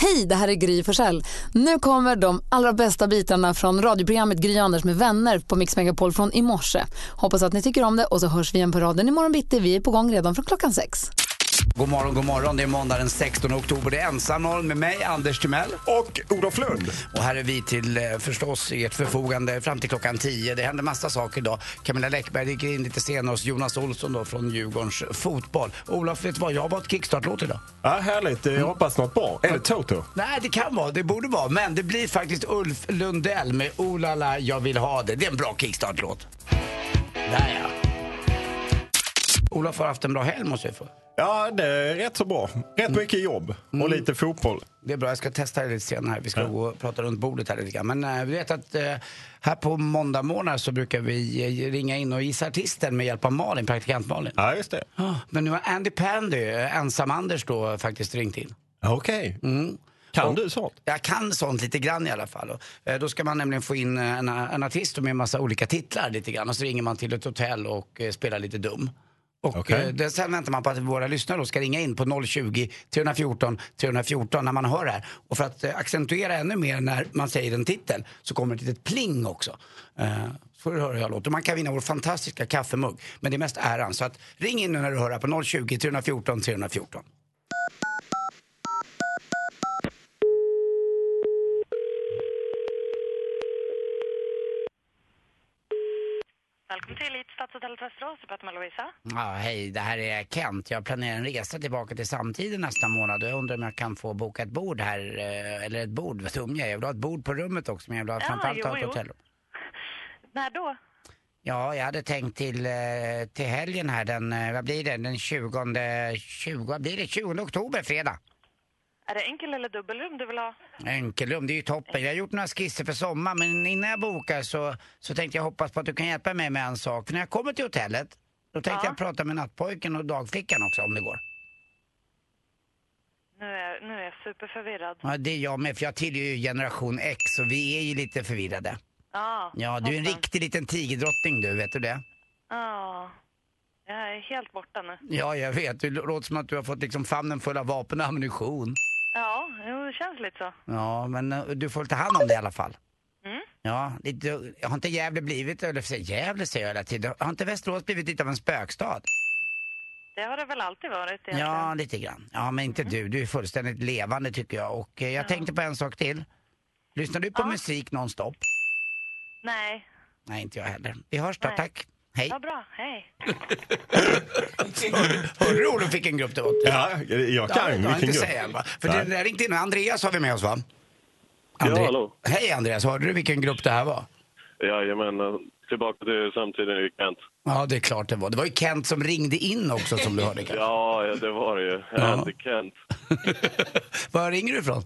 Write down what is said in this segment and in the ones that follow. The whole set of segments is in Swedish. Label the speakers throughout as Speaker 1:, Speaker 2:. Speaker 1: Hej, det här är Gry Forssell. Nu kommer de allra bästa bitarna från radioprogrammet Gry Anders med vänner på Mix Megapol från i morse. Hoppas att ni tycker om det och så hörs vi igen på raden imorgon bitti. Vi är på gång redan från klockan sex.
Speaker 2: God morgon, god morgon. Det är måndag den 16 oktober. Det är ensamorgon med mig, Anders Timell.
Speaker 3: Och Olof Lund.
Speaker 2: Och här är vi till eh, förstås ert förfogande fram till klockan 10. Det händer massa saker idag. Camilla Läckberg gick in lite senare hos Jonas Olsson då från Djurgårdens fotboll. Olof, vet du vad? Jag har valt kickstart-låt idag.
Speaker 3: Ja, härligt. Jag hoppas något bra. Är det Toto?
Speaker 2: Nej, det kan vara, det borde vara. Men det blir faktiskt Ulf Lundell med Oh la la, jag vill ha det. Det är en bra kickstart-låt. Där ja. Olof har haft en bra helg måste jag få.
Speaker 3: Ja, det är rätt så bra. Rätt mycket jobb och lite fotboll.
Speaker 2: Det är bra, jag ska testa det lite senare. Vi ska gå och prata runt bordet här lite grann. Men eh, vi vet att eh, här på måndag morgnar så brukar vi eh, ringa in och gissa artisten med hjälp av Malin, praktikant Malin.
Speaker 3: Ja, just det.
Speaker 2: Ah, Men nu har Andy Pandy, eh, ensam-Anders då, faktiskt ringt in.
Speaker 3: Okej. Kan du sånt?
Speaker 2: Jag kan sånt lite grann i alla fall. Och, eh, då ska man nämligen få in eh, en, en artist med en massa olika titlar lite grann. Och så ringer man till ett hotell och eh, spelar lite dum. Och
Speaker 3: Okej.
Speaker 2: eh, det, sen väntar man på att våra lyssnare då ska ringa in på 020 314 314 när man hör det här. Och för att eh, accentuera ännu mer när man säger en titel så kommer ett litet pling också. Eh, så får du höra hur jag låter. Man kan vinna vår fantastiska kaffemugg. Men det är mest äran. Så att ring in nu när du hör det här på 020 314 314.
Speaker 4: Välkommen till Elit Stadshotellet Västerås. Jag pratar med Lovisa.
Speaker 2: Ja, hej, det här är Kent. Jag planerar en resa tillbaka till samtiden nästa månad och jag undrar om jag kan få boka ett bord här, eh, eller ett bord, vad dum jag är. Jag vill ha ett bord på rummet också men jag vill ha
Speaker 4: Ja,
Speaker 2: framförallt
Speaker 4: jo,
Speaker 2: ha ett
Speaker 4: jo.
Speaker 2: hotellrum.
Speaker 4: När då?
Speaker 2: Ja, jag hade tänkt till, eh, till helgen här den, eh, vad blir det, den 20, 20, vad blir det, 20 oktober, fredag.
Speaker 4: Är det enkel eller dubbelrum du vill ha?
Speaker 2: Enkelrum, det är ju toppen. Jag har gjort några skisser för sommar men innan jag bokar så, så tänkte jag hoppas på att du kan hjälpa mig med en sak. För när jag kommer till hotellet, då tänkte
Speaker 4: Ja.
Speaker 2: jag prata med nattpojken och dagflickan också om det går.
Speaker 4: Nu är, nu är jag superförvirrad.
Speaker 2: Ja, det är jag med, för jag tillhör ju generation X och vi är ju lite förvirrade.
Speaker 4: Ja,
Speaker 2: Ja, du är en
Speaker 4: toppen.
Speaker 2: riktig liten tigerdrottning du, vet du det?
Speaker 4: Ja, jag är helt borta nu.
Speaker 2: Ja, jag vet. Det låter som att du har fått liksom famnen full av vapen och ammunition.
Speaker 4: Ja, jo, det känns lite så.
Speaker 2: Ja, men eh, du får ta hand om det i alla fall.
Speaker 4: Mm.
Speaker 2: Ja, lite, har inte Gävle blivit, eller för sig, Gävle säger jag hela tiden, har inte Västerås blivit lite av en spökstad?
Speaker 4: Det har det väl alltid varit egentligen.
Speaker 2: Ja, lite grann. Ja, men
Speaker 4: Mm.
Speaker 2: inte du. Du är fullständigt levande tycker jag. Och eh, jag tänkte på en sak till. Lyssnar du på
Speaker 4: Ja.
Speaker 2: musik nonstop?
Speaker 4: Nej,
Speaker 2: Nej, inte jag heller. Vi hörs då,
Speaker 4: Nej.
Speaker 2: tack. Hej.
Speaker 4: vad bra. Hej.
Speaker 2: Hörde du Olof vilken grupp det var?
Speaker 3: Ja, jag
Speaker 2: Ja,
Speaker 3: kan.
Speaker 2: det har jag
Speaker 3: Vilken
Speaker 2: inte
Speaker 3: grupp.
Speaker 2: säga. va? För det
Speaker 3: Nej.
Speaker 2: där ringde in. Andreas har vi med oss va?
Speaker 5: Ja, hallå.
Speaker 2: Hej Andreas, hörde du vilken grupp det här var?
Speaker 5: Jajamän, tillbaka till samtiden i Kent.
Speaker 2: Ja, det är klart det var. Det var ju Kent som ringde in också som du hörde kanske.
Speaker 5: Ja, ja, det var det ju.
Speaker 2: Ja.
Speaker 5: Andy Kent.
Speaker 2: Var ringer du ifrån?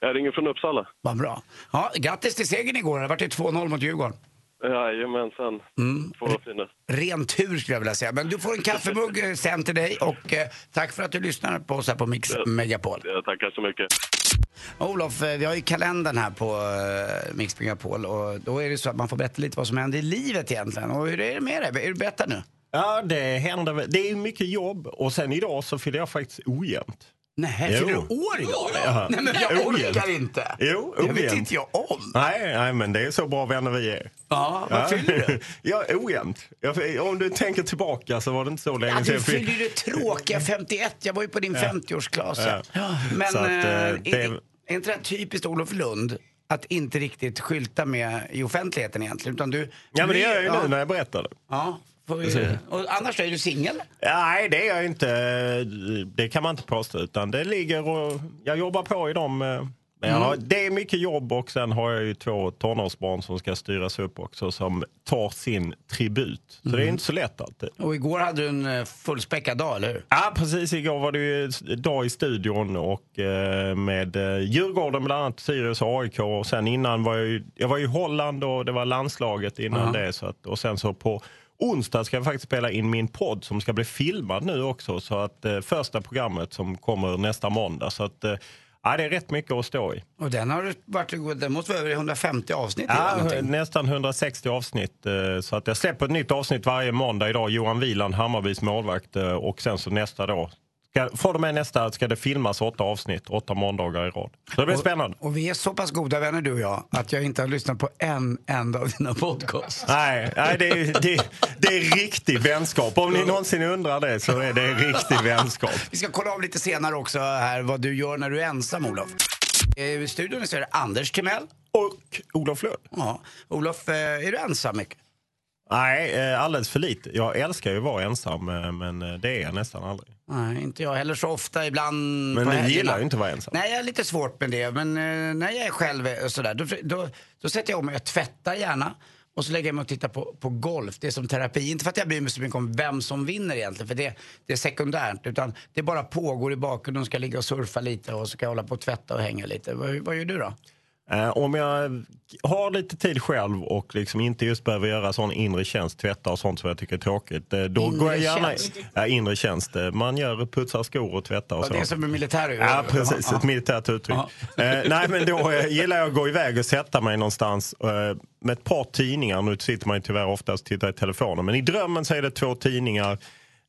Speaker 5: Jag ringer från Uppsala.
Speaker 2: Vad bra. Ja, grattis till segern igår. Det vart ju 2-0 mot Djurgården.
Speaker 5: Jajamensan. Mm. Två fina.
Speaker 2: Ren tur skulle jag vilja säga. Men du får en kaffemugg eh, sen till dig och eh, tack för att du lyssnar på oss här på Mix Megapol.
Speaker 5: Jag tackar så mycket.
Speaker 2: Olof, eh, vi har ju kalendern här på eh, Mix Megapol och då är det så att man får berätta lite vad som händer i livet egentligen. Och hur är det med dig? Är du bättre nu?
Speaker 3: Ja, det händer väl. Det är mycket jobb och sen idag så fyller jag faktiskt ojämnt.
Speaker 2: Nej,
Speaker 3: Jo.
Speaker 2: fyller du år idag?
Speaker 3: Ja.
Speaker 2: Nej men jag
Speaker 3: Ojämnt.
Speaker 2: orkar inte.
Speaker 3: Jo,
Speaker 2: det vet
Speaker 3: ojämnt.
Speaker 2: inte jag om.
Speaker 3: Nej, nej, men det är så bra vänner vi är.
Speaker 2: Ja, vad fyller du?
Speaker 3: Ja, ojämnt. Jag, om du tänker tillbaka så var det inte så länge
Speaker 2: Ja,
Speaker 3: sedan
Speaker 2: du
Speaker 3: jag fyllde-
Speaker 2: fyller ju det tråkiga 51. Jag var ju på din 50-årsklass.
Speaker 3: Ja.
Speaker 2: Men
Speaker 3: Så att, eh,
Speaker 2: eh, är,
Speaker 3: det-
Speaker 2: det... är inte det här typiskt Olof Lund att inte riktigt skylta med i offentligheten egentligen? Utan du...
Speaker 3: Ja, men det gör jag ju
Speaker 2: ja,
Speaker 3: nu när jag berättar det.
Speaker 2: Ja, får vi... och annars är du singel?
Speaker 3: Nej, det är jag inte. Det kan man inte påstå. Utan det ligger och jag jobbar på i dem. eh, Men jag har, det är mycket jobb och sen har jag ju två tonårsbarn som ska styras upp också som tar sin tribut. Så det är inte så lätt alltid.
Speaker 2: Och igår hade du en eh, fullspäckad dag, eller hur?
Speaker 3: Ja, precis. Igår var det ju s- dag i studion och eh, med eh, Djurgården bland annat, Sirius och AIK. Och sen innan var jag ju, jag var ju i Holland och det var landslaget innan det. Så att, och sen så på onsdag ska jag faktiskt spela in min podd som ska bli filmad nu också. Så att eh, första programmet som kommer nästa måndag. Så att, eh, ja, det är rätt mycket att stå i.
Speaker 2: Och den har du varit... Den måste vara över 150 avsnitt. eller
Speaker 3: Ja,
Speaker 2: någonting.
Speaker 3: nästan 160 avsnitt. eh, Så att jag släpper ett nytt avsnitt varje måndag idag. Johan Wieland, Hammarbys målvakt. eh, Och sen så nästa dag Ska, från och med nästa ska det filmas åtta avsnitt, åtta måndagar i rad. Så det blir spännande.
Speaker 2: Och vi är så pass goda vänner du och jag att jag inte har lyssnat på en enda av dina podcasts.
Speaker 3: Nej, nej det, är, det, det är riktig vänskap. Om ni någonsin undrar det så är det en riktig vänskap.
Speaker 2: Vi ska kolla av lite senare också här vad du gör när du är ensam Olof. Eh, I studion så är det Anders Timell.
Speaker 3: Och Olof Lund?
Speaker 2: Ja. Olof, eh, är du ensam mycket?
Speaker 3: Nej, eh, alldeles för lite. Jag älskar ju att vara ensam, eh, men eh, det är jag nästan aldrig.
Speaker 2: Nej, inte jag heller så ofta. Ibland
Speaker 3: Men
Speaker 2: på
Speaker 3: du
Speaker 2: helgerna.
Speaker 3: gillar ju inte att vara ensam.
Speaker 2: Nej, jag är lite svårt med det. Men eh, när jag är själv eh, sådär, då, då, då sätter jag om mig. Jag tvättar gärna. Och så lägger jag mig och tittar på, på golf. Det är som terapi. Inte för att jag bryr mig så mycket om vem som vinner egentligen. För det, det är sekundärt. Utan det bara pågår i bakgrunden. Ska jag ligga och surfa lite och så kan jag hålla på och tvätta och hänga lite. Vad, vad gör du då?
Speaker 3: Eh, Om jag har lite tid själv och liksom inte just behöver göra sån inre tjänst, tvätta och sånt som jag tycker är tråkigt. eh, Då
Speaker 2: Inre
Speaker 3: går jag gärna,
Speaker 2: tjänst?
Speaker 3: Ja, inre tjänst. eh, Man gör, putsar skor och tvättar och
Speaker 2: Ja,
Speaker 3: så.
Speaker 2: det är som en militär
Speaker 3: Ja, precis. Ett militärt uttryck.
Speaker 2: Ja.
Speaker 3: Eh, nej, men då eh, gillar jag att gå iväg och sätta mig någonstans eh, med ett par tidningar. Nu sitter man ju tyvärr oftast och tittar i telefonen. Men i drömmen så är det två tidningar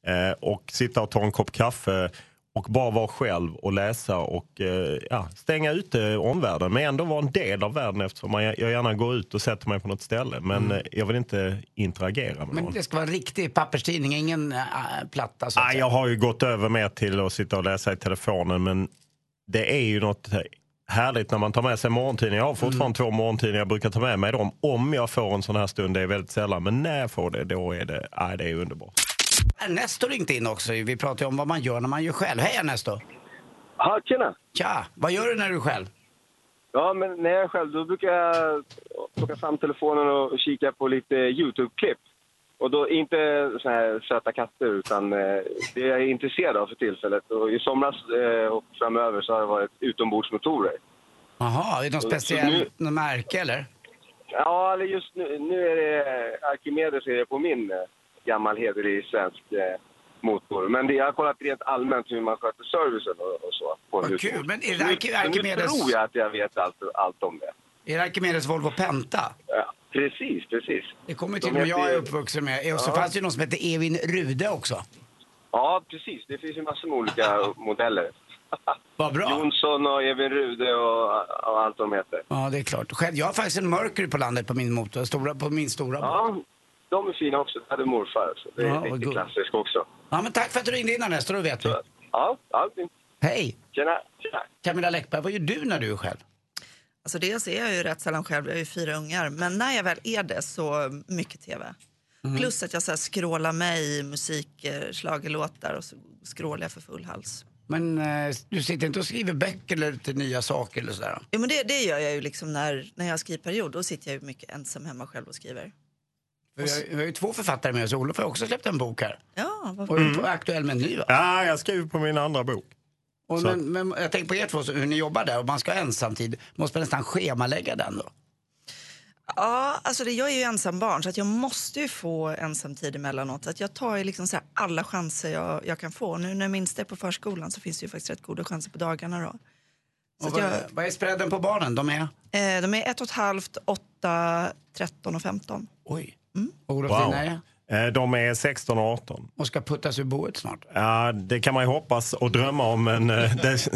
Speaker 3: eh, och sitta och ta en kopp kaffe och bara vara själv och läsa och eh, ja, stänga ute omvärlden. Men ändå vara en del av världen eftersom man, jag gärna går ut och sätter mig på något ställe. Men eh, jag vill inte interagera med
Speaker 2: Mm. Men
Speaker 3: någon.
Speaker 2: det ska vara en riktig papperstidning, ingen äh, platta så att
Speaker 3: Ah,
Speaker 2: säga.
Speaker 3: jag har ju gått över mer till att sitta och läsa i telefonen men det är ju något härligt när man tar med sig morgontidningar. Jag har fortfarande
Speaker 2: Mm.
Speaker 3: två morgontidningar, jag brukar ta med mig dem om jag får en sån här stund. Det är väldigt sällan, men när jag får det då är det, ah, det är underbart.
Speaker 2: Ernesto ringt in också. Vi pratade ju om vad man gör när man gör själv. Hej Ernesto!
Speaker 6: Ja, tjena!
Speaker 2: Tja! Vad gör du när du är själv?
Speaker 6: Ja, men när jag är själv då brukar jag plocka fram telefonen och kika på lite YouTube-klipp. Och då inte så här söta katter, utan eh, det jag är intresserad av för tillfället. Och I somras eh, och framöver så har det varit utombordsmotorer.
Speaker 2: Jaha, är det något
Speaker 6: Så
Speaker 2: speciellt
Speaker 6: nu-
Speaker 2: något märke eller?
Speaker 6: Ja, eller just nu, nu är det Arkimedes är det på min eh, gammal hederlig svensk eh, motor. Men det, jag har kollat rent allmänt hur man sköter servicen och, och så. På en
Speaker 2: Vad kul,
Speaker 6: husbil.
Speaker 2: men är det
Speaker 6: Så nu-
Speaker 2: Arki- Arkimedes-
Speaker 6: Nu tror jag att jag vet allt, allt om det.
Speaker 2: Är det Arkimedes Volvo Penta?
Speaker 6: Ja, precis, precis.
Speaker 2: Det kommer ju
Speaker 6: De
Speaker 2: till och med
Speaker 6: heter
Speaker 2: jag
Speaker 6: ju-
Speaker 2: är uppvuxen med. Och så
Speaker 6: Ja.
Speaker 2: fanns det ju någon som hette Evin Rude också.
Speaker 6: Ja, precis. Det finns ju massor med olika modeller.
Speaker 2: Vad bra!
Speaker 6: Jonsson och Evin Rude och, och allt de heter.
Speaker 2: Ja, det är klart. Själv, jag har faktiskt en Mercury på landet på min motor, stora, på min stora. Ja.
Speaker 6: Ja, de är fina också. Det hade morfar. Så det är
Speaker 2: Ja, vad
Speaker 6: lite
Speaker 2: gott.
Speaker 6: klassiskt också.
Speaker 2: ja, men tack för att du ringde in Ernesto, då vet vi.
Speaker 6: Ja, ja.
Speaker 2: Hej!
Speaker 6: Tjena. Tjena.
Speaker 2: Camilla Läckberg, vad gör du när du är själv?
Speaker 7: Alltså dels är jag ju rätt sällan själv, jag har ju fyra ungar. Men när jag väl är det så mycket tv. Plus att jag så här scrollar med i musik, eh, schlagerlåtar och så scrollar jag för full hals.
Speaker 2: Men eh, du sitter inte och skriver böcker eller till nya saker eller sådär?
Speaker 7: Jo, men det, det gör jag ju liksom när, när jag har skrivperiod. Då sitter jag ju mycket ensam hemma själv och skriver.
Speaker 2: Vi har, vi har ju två författare med oss. Olof har också släppt en bok här.
Speaker 7: Ja, vad
Speaker 2: Och är
Speaker 6: Mm.
Speaker 2: på aktuell med en ny va?
Speaker 3: Ah, jag skriver på min andra bok.
Speaker 2: Och
Speaker 3: Så-
Speaker 2: men, men jag tänker på er två, så hur ni jobbar där. Och man ska ha ensamtid. Måste man nästan schemalägga den då?
Speaker 7: Ja, alltså det, jag är ju ensambarn så att jag måste ju få ensamtid emellanåt. Så Att jag tar ju liksom så här alla chanser jag, jag kan få. Nu när minsta är på förskolan så finns det ju faktiskt rätt goda chanser på dagarna då. Så
Speaker 2: Och
Speaker 7: att
Speaker 2: vad,
Speaker 7: jag,
Speaker 2: vad är spreaden på barnen? De är?
Speaker 7: eh, de är ett och ett halvt, åtta, 13 och 15.
Speaker 2: Oj. Och Olof,
Speaker 3: Mm. Wow.
Speaker 2: dina är?
Speaker 3: Eh, De är 16 och 18.
Speaker 2: Och ska puttas ur boet snart.
Speaker 3: Ja, det kan man ju hoppas och drömma om, men eh, det,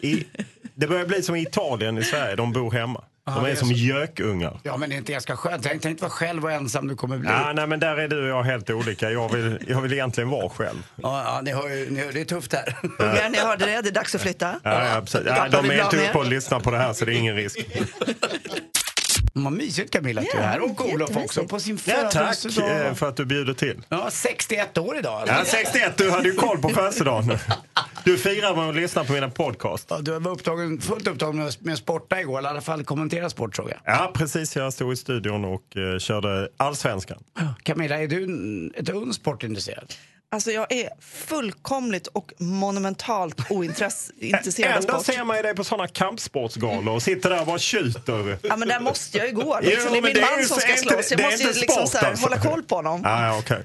Speaker 3: i, det börjar bli som i Italien i Sverige, de bor hemma. De
Speaker 2: det
Speaker 3: är
Speaker 2: är
Speaker 3: som
Speaker 2: så.
Speaker 3: gökungar.
Speaker 2: Ja men det är inte ganska skönt. Tänk, tänk vad själv och ensam du kommer bli.
Speaker 3: Ja,
Speaker 2: Ja,
Speaker 3: nej, men där är du och jag helt olika. Jag vill, jag vill egentligen vara själv.
Speaker 2: ja ni hör ju, ni hör, det är tufft här.
Speaker 7: Ungar, ni hörde det, det är dags att flytta.
Speaker 3: Ja, ja, absolut. Ja,
Speaker 7: Tappar
Speaker 3: de
Speaker 7: vi
Speaker 3: är inte
Speaker 7: bland
Speaker 3: uppe
Speaker 7: er?
Speaker 3: och lyssnar på det här så det är ingen risk.
Speaker 2: Vad mysigt Camilla att du är
Speaker 7: Ja,
Speaker 2: här. Och Olof
Speaker 7: jättemysigt.
Speaker 2: också på sin
Speaker 3: Ja, tack
Speaker 2: födelsedag.
Speaker 3: eh,
Speaker 2: Ja,
Speaker 3: för att du bjuder till.
Speaker 2: 61 år idag.
Speaker 3: Ja,
Speaker 2: Alltså.
Speaker 3: 61, du hade ju koll på födelsedagen. Du firar med att lyssna på mina podcast.
Speaker 2: Ja, du var upptagen, fullt upptagen med att- med att sporta igår. Eller i alla fall kommentera sport såg jag.
Speaker 3: Ja, precis. Jag stod i studion och eh, körde allsvenskan.
Speaker 2: Camilla, är du en- ett uns sportintresserad?
Speaker 7: Alltså jag är fullkomligt och monumentalt ointresserad av
Speaker 3: Ändå
Speaker 7: sport.
Speaker 3: ser man ju dig på sådana kampsportsgalor och sitter där och bara tjuter.
Speaker 7: Ja, men där måste jag ju gå. Liksom. det
Speaker 3: men
Speaker 7: är min
Speaker 3: det är
Speaker 7: man
Speaker 3: ju
Speaker 7: som
Speaker 3: så-
Speaker 7: ska
Speaker 3: inte-
Speaker 7: slåss. Jag
Speaker 3: det är
Speaker 7: måste ju
Speaker 3: inte
Speaker 7: liksom
Speaker 3: sport,
Speaker 7: så här,
Speaker 3: alltså.
Speaker 7: hålla koll på honom.
Speaker 3: Ah, ja, okej.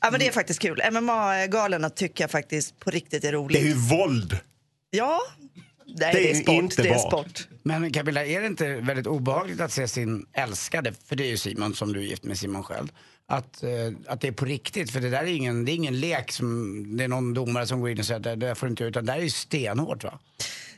Speaker 7: Ja, men det är faktiskt kul. MMA-galorna tycker jag faktiskt på riktigt
Speaker 3: Det
Speaker 7: är
Speaker 3: är
Speaker 7: roligt.
Speaker 3: ju våld.
Speaker 7: Ja, Nej,
Speaker 3: Det
Speaker 7: det
Speaker 3: är
Speaker 7: är sport.
Speaker 3: inte
Speaker 7: det är
Speaker 3: bra.
Speaker 7: sport.
Speaker 2: Men Camilla, är det inte väldigt obehagligt att se sin älskade, för det är ju Simon som du är gift med, Simon Sköld, att, eh, att det är på riktigt? För det där är ingen, det är ingen lek som det är någon domare som går in och säger att det där får du inte göra", utan det där är ju stenhårt va?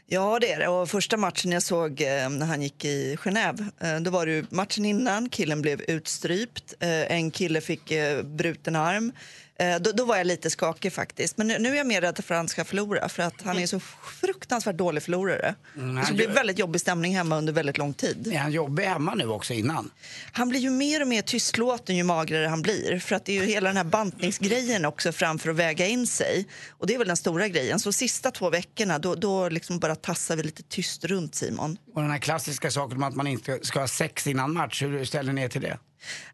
Speaker 7: Ja, det är det. Och första matchen jag såg eh, när han gick i Genève, eh, då var det ju matchen innan. Killen blev utstrypt. Eh, en kille fick eh, bruten arm. Eh, då, då var jag lite skakig faktiskt. Men nu, nu är jag mer rädd för att han ska förlora för att han är så fruktansvärt dålig förlorare.
Speaker 2: han
Speaker 7: så det blir
Speaker 2: gör-
Speaker 7: väldigt jobbig stämning hemma under väldigt lång tid.
Speaker 2: Är han jobbig hemma nu också innan?
Speaker 7: Han blir ju mer och mer tystlåten ju magrare han blir. För att det är ju hela den här bantningsgrejen också framför att väga in sig. Och det är väl den stora grejen. Så sista två veckorna då, då liksom bara tassar vi lite tyst runt Simon.
Speaker 2: Och den här klassiska saken om att man inte ska ha sex innan match, hur ställer ni er till det?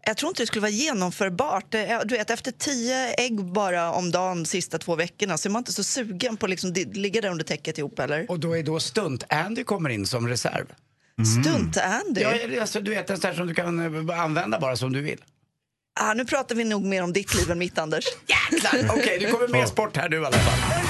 Speaker 7: Jag tror inte det skulle vara genomförbart. Det är- Du vet, efter tio ägg bara om dagen sista två veckorna så är man inte så sugen på att liksom di- ligga där under täcket ihop eller?
Speaker 2: Och då är då stunt-Andy kommer in som reserv.
Speaker 7: Stunt-Andy.
Speaker 2: Ja, alltså, du vet en sån här som du kan eh, använda bara som du vill.
Speaker 7: Ah, nu pratar vi nog mer om ditt liv än mitt, Anders.
Speaker 2: Jäklar! Okej, du kommer med sport här nu i alla fall.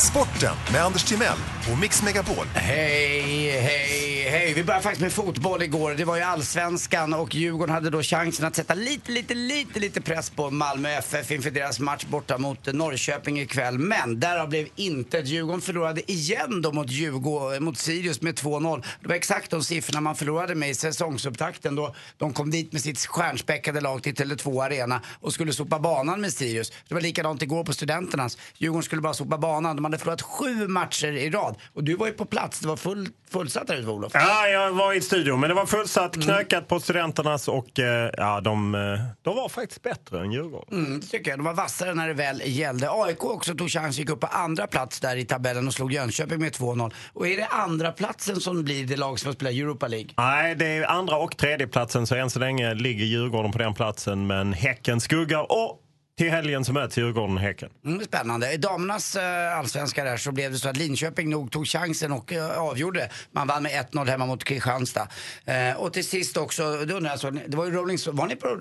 Speaker 8: Sporten med Anders Timell och Mix Megapol.
Speaker 2: Hej, hej, hej. Vi började faktiskt med fotboll igår. Det var ju allsvenskan och Djurgården hade då chansen att sätta lite, lite, lite, lite press på Malmö FF inför deras match borta mot Norrköping ikväll. Men därav blev intet. Djurgården förlorade igen då mot, Djurgården, mot Sirius med 2-0. Det var exakt de siffrorna man förlorade med i säsongsupptakten då de kom dit med sitt stjärnspäckade lag till Tele2 Arena och skulle sopa banan med Sirius. Det var likadant igår på Studenternas. Djurgården skulle bara sopa banan. De hade förlorat sju matcher i rad. Och du var ju på plats. Det var full, fullsatt där ute, Olof.
Speaker 3: Ja, jag var i studion, men det var fullsatt, knökat på studenternas och eh, ja, de, eh, de var faktiskt bättre än Djurgården.
Speaker 2: Mm, det tycker jag. De var vassare när det väl gällde. AIK också tog chans, gick upp på andra plats där i tabellen och slog Jönköping med 2-0. Och är det andra platsen som blir det lag som spelar Europa League?
Speaker 3: Nej, det är andra och tredje platsen så än så länge ligger Djurgården på den platsen, men Häcken skuggar och till helgen så möts Djurgården och Häcken.
Speaker 2: Mm, spännande. I damernas eh, allsvenska där så blev det så att Linköping nog tog chansen och eh, avgjorde. Man vann med 1-0 hemma mot Kristianstad. Eh, och till sist också, det undrar jag, så, det var ju Rolling Stones. Var ni på,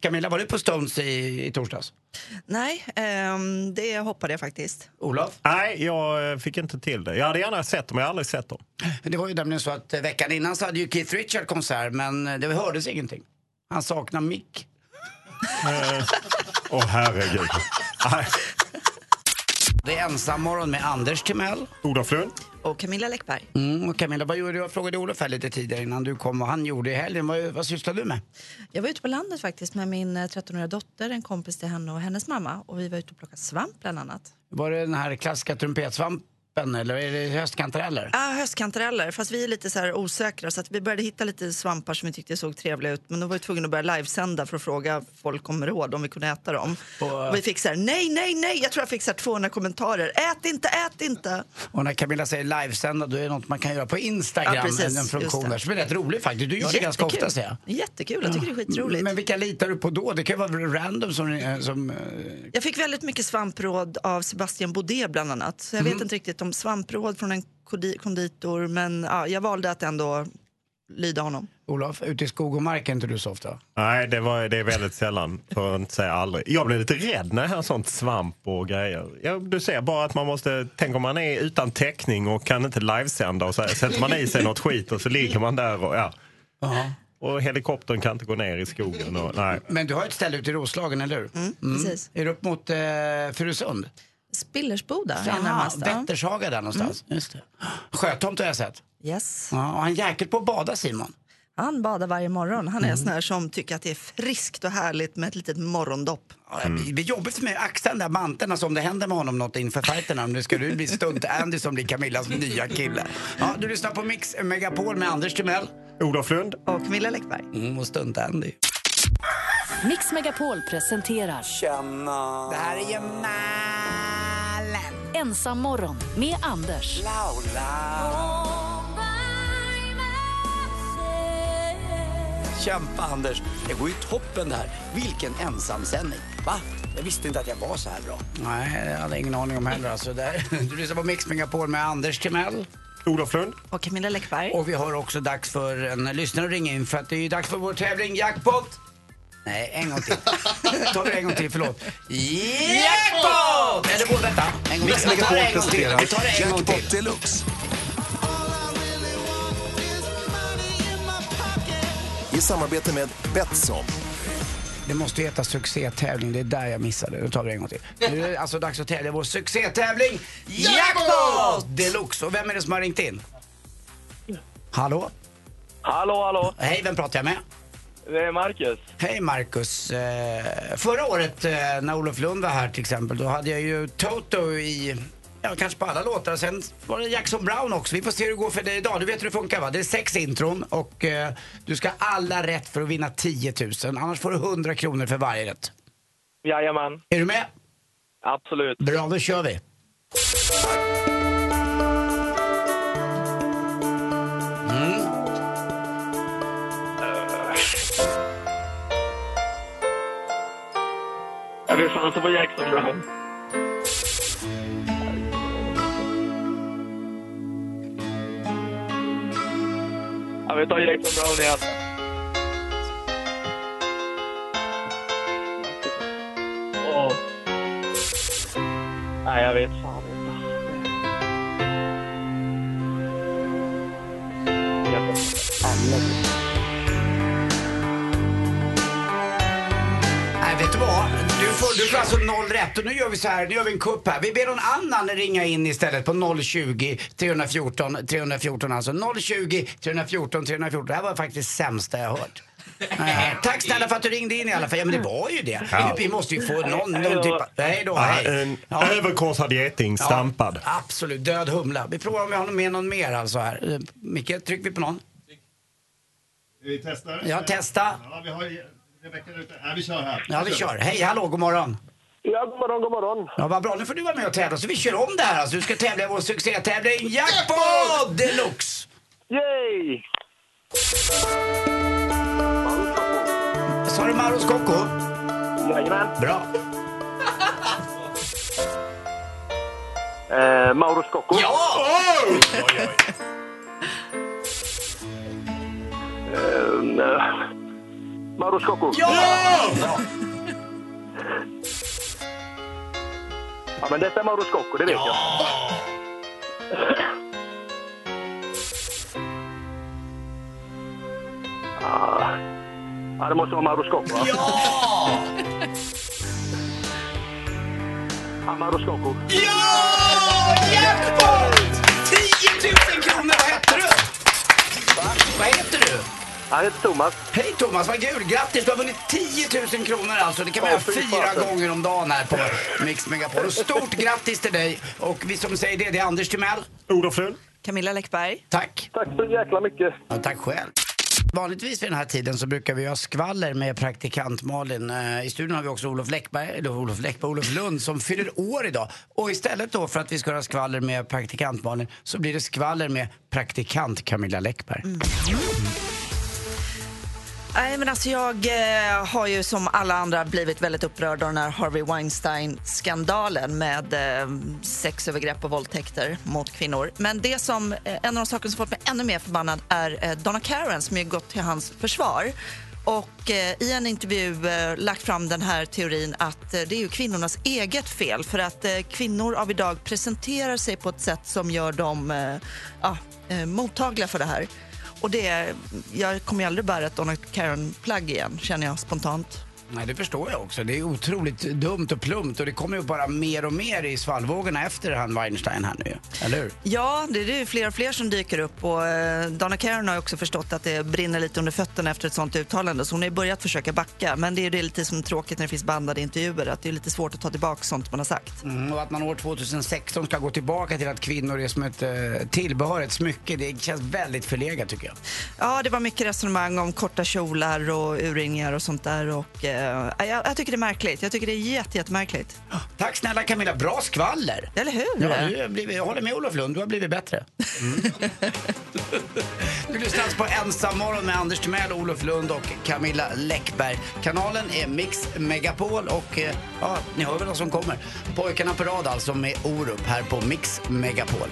Speaker 2: Camilla, var du på Stones i, i torsdags?
Speaker 7: Nej, ehm, det hoppade jag faktiskt.
Speaker 2: Olof?
Speaker 3: Nej, jag eh, fick inte till det. Jag hade gärna sett dem, men jag har aldrig sett dem.
Speaker 2: Det var ju nämligen så att eh, veckan innan så hade ju Keith Richard konsert men eh, det hördes ingenting. Han saknar mick.
Speaker 3: Åh herregud. Nej.
Speaker 2: Det är ensam morgon med Anders Timell.
Speaker 3: Ola Flund?
Speaker 7: Och Camilla Läckberg.
Speaker 2: Mm, och Camilla, vad gjorde du? Jag frågade Olof här lite tidigare innan du kom vad han gjorde i helgen. Vad, vad sysslar du med?
Speaker 7: Jag var ute på landet faktiskt med min eh, 13-åriga dotter, en kompis till henne och hennes mamma. Och vi var ute och plockade svamp bland annat.
Speaker 2: Var det den här klassiska trumpetsvampen eller är det höstkantareller?
Speaker 7: Ah, höstkantareller, fast vi är lite så här osäkra så att vi började hitta lite svampar som vi tyckte såg trevliga ut. Men då var vi tvungna att börja livesända för att fråga folk om råd om vi kunde äta dem.
Speaker 2: Och-
Speaker 7: Och vi fick så här, nej, nej, nej, jag tror jag fick så här 200 kommentarer. Ät inte, ät inte.
Speaker 2: Och när Camilla säger livesända, då är det något man kan göra på Instagram.
Speaker 7: Ja, precis.
Speaker 2: en
Speaker 7: Just
Speaker 2: funktion
Speaker 7: det.
Speaker 2: där som är rätt rolig faktiskt. Du gör det ganska ofta ser jag.
Speaker 7: Jättekul, jag tycker det är skitroligt.
Speaker 2: Men vilka litar du på då? Det kan ju vara random som... eh, som eh,
Speaker 7: Jag fick väldigt mycket svampråd av Sebastian Baudet bland annat. Så jag vet inte riktigt om svampråd från en kodi- konditor men ja, jag valde att ändå lyda honom.
Speaker 2: Olof, ute i skog och mark är inte du så ofta?
Speaker 3: Nej, det, var, det är väldigt sällan, för att inte säga aldrig. Jag blir lite rädd när jag hör sånt svamp och grejer. Ja, du ser bara att man måste, tänk om man är utan täckning och kan inte livesända och så här, sätter man i sig något skit och så ligger man där och ja. Och helikoptern kan inte gå ner i skogen. Och, nej.
Speaker 2: Men du har ett ställe ute i Roslagen, eller hur?
Speaker 7: Mm,
Speaker 2: Mm.
Speaker 7: Precis.
Speaker 2: Är du upp mot eh, Furusund?
Speaker 7: Spillersboda är
Speaker 2: Jaha,
Speaker 7: närmast. ja. Mm,
Speaker 2: Vättershaga där någonstans. Just det. Sjötomt har jag sett.
Speaker 7: Yes.
Speaker 2: Ja, och han jäkligt på att bada, Simon.
Speaker 7: Han badar varje morgon. Han är en sån här som tycker att det är friskt och härligt med ett litet morgondopp.
Speaker 2: Ja, Det blir jobbigt för mig att axla den där manteln alltså, om det händer med honom något inför fighten. Om det ska du bli stunt-Andy som blir Camillas nya kille. Ja, du lyssnar på Mix Megapol med Anders Timell
Speaker 3: Olof Lund?
Speaker 7: Och Camilla Läckberg.
Speaker 2: mm, och stunt-Andy.
Speaker 9: Mix Megapol presenterar
Speaker 2: Det här är ju Malen.
Speaker 9: Ensam morgon med Anders.
Speaker 2: Kämpa Anders, det går ju toppen det här. Vilken ensamsändning. Va? Jag visste inte att jag var så här bra. Nej, jag hade ingen aning om heller. Alltså, där. Du lyssnar på Mix Megapol med Anders Timell.
Speaker 3: Olof Lund?
Speaker 7: Och Camilla Läckberg.
Speaker 2: Och vi har också dags för en lyssnare att ringa in för att det är ju dags för vår tävling Jackpot Nej, en gång till. Ta det en gång till, förlåt. Jackpot! Eller båda, vänta. En gång till. Vi tar det en gång till. Vi tar det en gång
Speaker 8: Jackpot
Speaker 2: till.
Speaker 8: deluxe. I samarbete med Betsson.
Speaker 2: Det måste ju heta succétävling, det är där jag missade. Nu tar vi det en gång till. Nu är det alltså dags att tävla i vår succétävling Jackpot! Deluxe. Och vem är det som har ringt in? Hallå?
Speaker 5: Hallå, hallå!
Speaker 2: Hej, vem pratar jag med?
Speaker 5: Det är Marcus.
Speaker 2: Hej Marcus. Eh, Förra året eh, när Olof Lund var här till exempel, då hade jag ju Toto i, ja kanske på alla låtar. Sen var det Jackson Brown också. Vi får se hur det går för dig idag. Du vet hur det funkar va? Det är sex intron och eh, du ska ha alla rätt för att vinna 10 000. Annars får du 100 kronor för varje rätt.
Speaker 5: Jajamän,
Speaker 2: Är du med?
Speaker 5: absolut.
Speaker 2: Bra, då kör vi.
Speaker 5: Jag vill chansa på Jackson Brown.
Speaker 10: Ah,
Speaker 5: Ja, vi tar Jackson Brown igen.
Speaker 10: Oh.
Speaker 5: Åh.
Speaker 10: Ah,
Speaker 5: Nej, jag vet fan inte. Jag vet inte.
Speaker 2: Nej, vet du vad? Du får, du får alltså noll rätt. Och nu gör vi så här, nu gör vi en kupp här. Vi ber någon annan ringa in istället på 020 314 314 alltså. 020 314 314. Det här var faktiskt sämsta jag hört. Eh, tack snälla för att du ringde in i alla fall. Ja men det var ju det. Vi, vi måste ju få någon, någon typ av... Hej då, hej.
Speaker 3: En överkorsad geting, stampad.
Speaker 2: Ja, absolut, död humla. Vi provar om vi har med någon mer alltså här. Eh, Micke, trycker vi på någon?
Speaker 11: Vi testar.
Speaker 2: Ja, testa.
Speaker 11: Ja, vi har Rebecka ute. Nej, vi kör här.
Speaker 2: Ja, vi kör. Hej, hallå, god morgon.
Speaker 5: Ja, god morgon, god morgon.
Speaker 2: Ja, vad bra. Nu får du vara med och tävla. Så vi kör om det här. Alltså, du ska tävla i vår succétävling Jackpot Deluxe.
Speaker 5: Yay!
Speaker 2: Sa du Maros Koko?
Speaker 5: Jajamän.
Speaker 2: Bra.
Speaker 5: Eh, Mauro Scocco.
Speaker 2: Ja!
Speaker 5: Eh, Mauro Scocco.
Speaker 2: Ja!
Speaker 5: Ja, men detta är Mauro Scocco, det vet jag. Ah. Ja, det måste vara Mauro Scocco, va?
Speaker 2: Ja!
Speaker 5: Ja, Mauro Scocco.
Speaker 2: Ja! Jackpot! 10 000 kronor! Vad heter du? Vad heter du?
Speaker 5: Han heter Thomas.
Speaker 2: Hej Thomas, vad kul! Grattis, du har vunnit 10 000 kronor alltså. Det kan man
Speaker 5: Ja,
Speaker 2: göra
Speaker 5: fy
Speaker 2: fyra
Speaker 5: fasen.
Speaker 2: gånger om dagen här på Mix Megapol. Och stort grattis till dig! Och vi som säger det, det är Anders Timell.
Speaker 3: Olof Lund.
Speaker 7: Camilla Läckberg.
Speaker 2: Tack!
Speaker 5: Tack så jäkla mycket.
Speaker 2: Ja, tack själv. Vanligtvis vid den här tiden så brukar vi ha skvaller med praktikant Malin. Eh, I studion har vi också Olof Läckberg, eller Olof Läckberg, Olof Lund som fyller år idag. Och istället då för att vi ska ha skvaller med praktikant Malin så blir det skvaller med praktikant Camilla Läckberg.
Speaker 7: Nej, men alltså jag eh, har ju som alla andra blivit väldigt upprörd av den här Harvey Weinstein-skandalen med eh, sexövergrepp och våldtäkter mot kvinnor. Men det som, eh, en av de saker som fått mig ännu mer förbannad är eh, Donna Karen som ju gått till hans försvar och eh, i en intervju eh, lagt fram den här teorin att eh, det är ju kvinnornas eget fel för att eh, kvinnor av idag presenterar sig på ett sätt som gör dem eh, ja, eh, mottagliga för det här. Och det, jag kommer ju aldrig bära ett Donna Karen-plagg igen, känner jag spontant.
Speaker 2: Nej, det förstår jag också. Det är otroligt dumt och plumpt och det kommer ju bara mer och mer i svallvågorna efter han Weinstein här nu ju. Eller hur?
Speaker 7: Ja, det är ju fler och fler som dyker upp och eh, Donna Karen har ju också förstått att det brinner lite under fötterna efter ett sånt uttalande så hon har ju börjat försöka backa. Men det är ju det lite som är tråkigt när det finns bandade intervjuer att det är lite svårt att ta tillbaka sånt man har sagt.
Speaker 2: Mm, och att man år 2016 ska gå tillbaka till att kvinnor är som ett eh, tillbehör, ett smycke, det känns väldigt förlegat tycker jag.
Speaker 7: Ja, det var mycket resonemang om korta kjolar och urringningar och sånt där och eh, jag, jag tycker det är märkligt. Jag tycker det är jätte, jättemärkligt.
Speaker 2: Tack snälla Camilla, bra skvaller!
Speaker 7: Eller hur?
Speaker 2: Ja, du har blivit, jag håller med Olof Lund, du har blivit bättre. du lyssnar alltså på Ensam morgon med Anders Timell, Olof Lund och Camilla Läckberg. Kanalen är Mix Megapol och eh, ja, ni hör väl vad som kommer. Pojkarna på rad alltså med Orup här på Mix Megapol.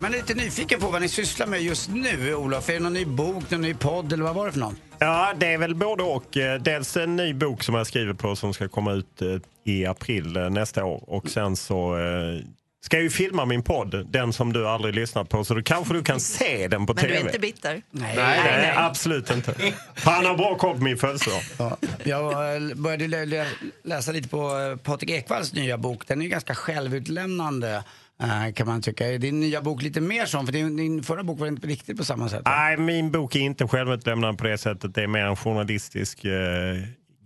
Speaker 2: Man är lite nyfiken på vad ni sysslar med just nu, Olof. Är det någon ny bok, någon ny podd eller vad var det för någon?
Speaker 3: Ja, det är väl både och. Eh, Dels en ny bok som jag skriver på som ska komma ut eh, i april eh, nästa år. Och sen så eh, ska jag ju filma min podd, den som du aldrig lyssnar på. Så då kanske du kan se den på
Speaker 7: Men
Speaker 3: tv.
Speaker 7: du är inte bitter?
Speaker 3: Nej, nej, absolut inte. För han har bra koll på min födelsedag.
Speaker 2: Ja, jag eh, började lä- lä- läsa lite på eh, Patrik Ekwalls nya bok. Den är ju ganska självutlämnande eh, kan man tycka. Är din nya bok lite mer sån? För din, din förra bok var inte riktigt på samma sätt.
Speaker 3: Nej, min bok är inte självutlämnande på det sättet. Det är mer en journalistisk eh,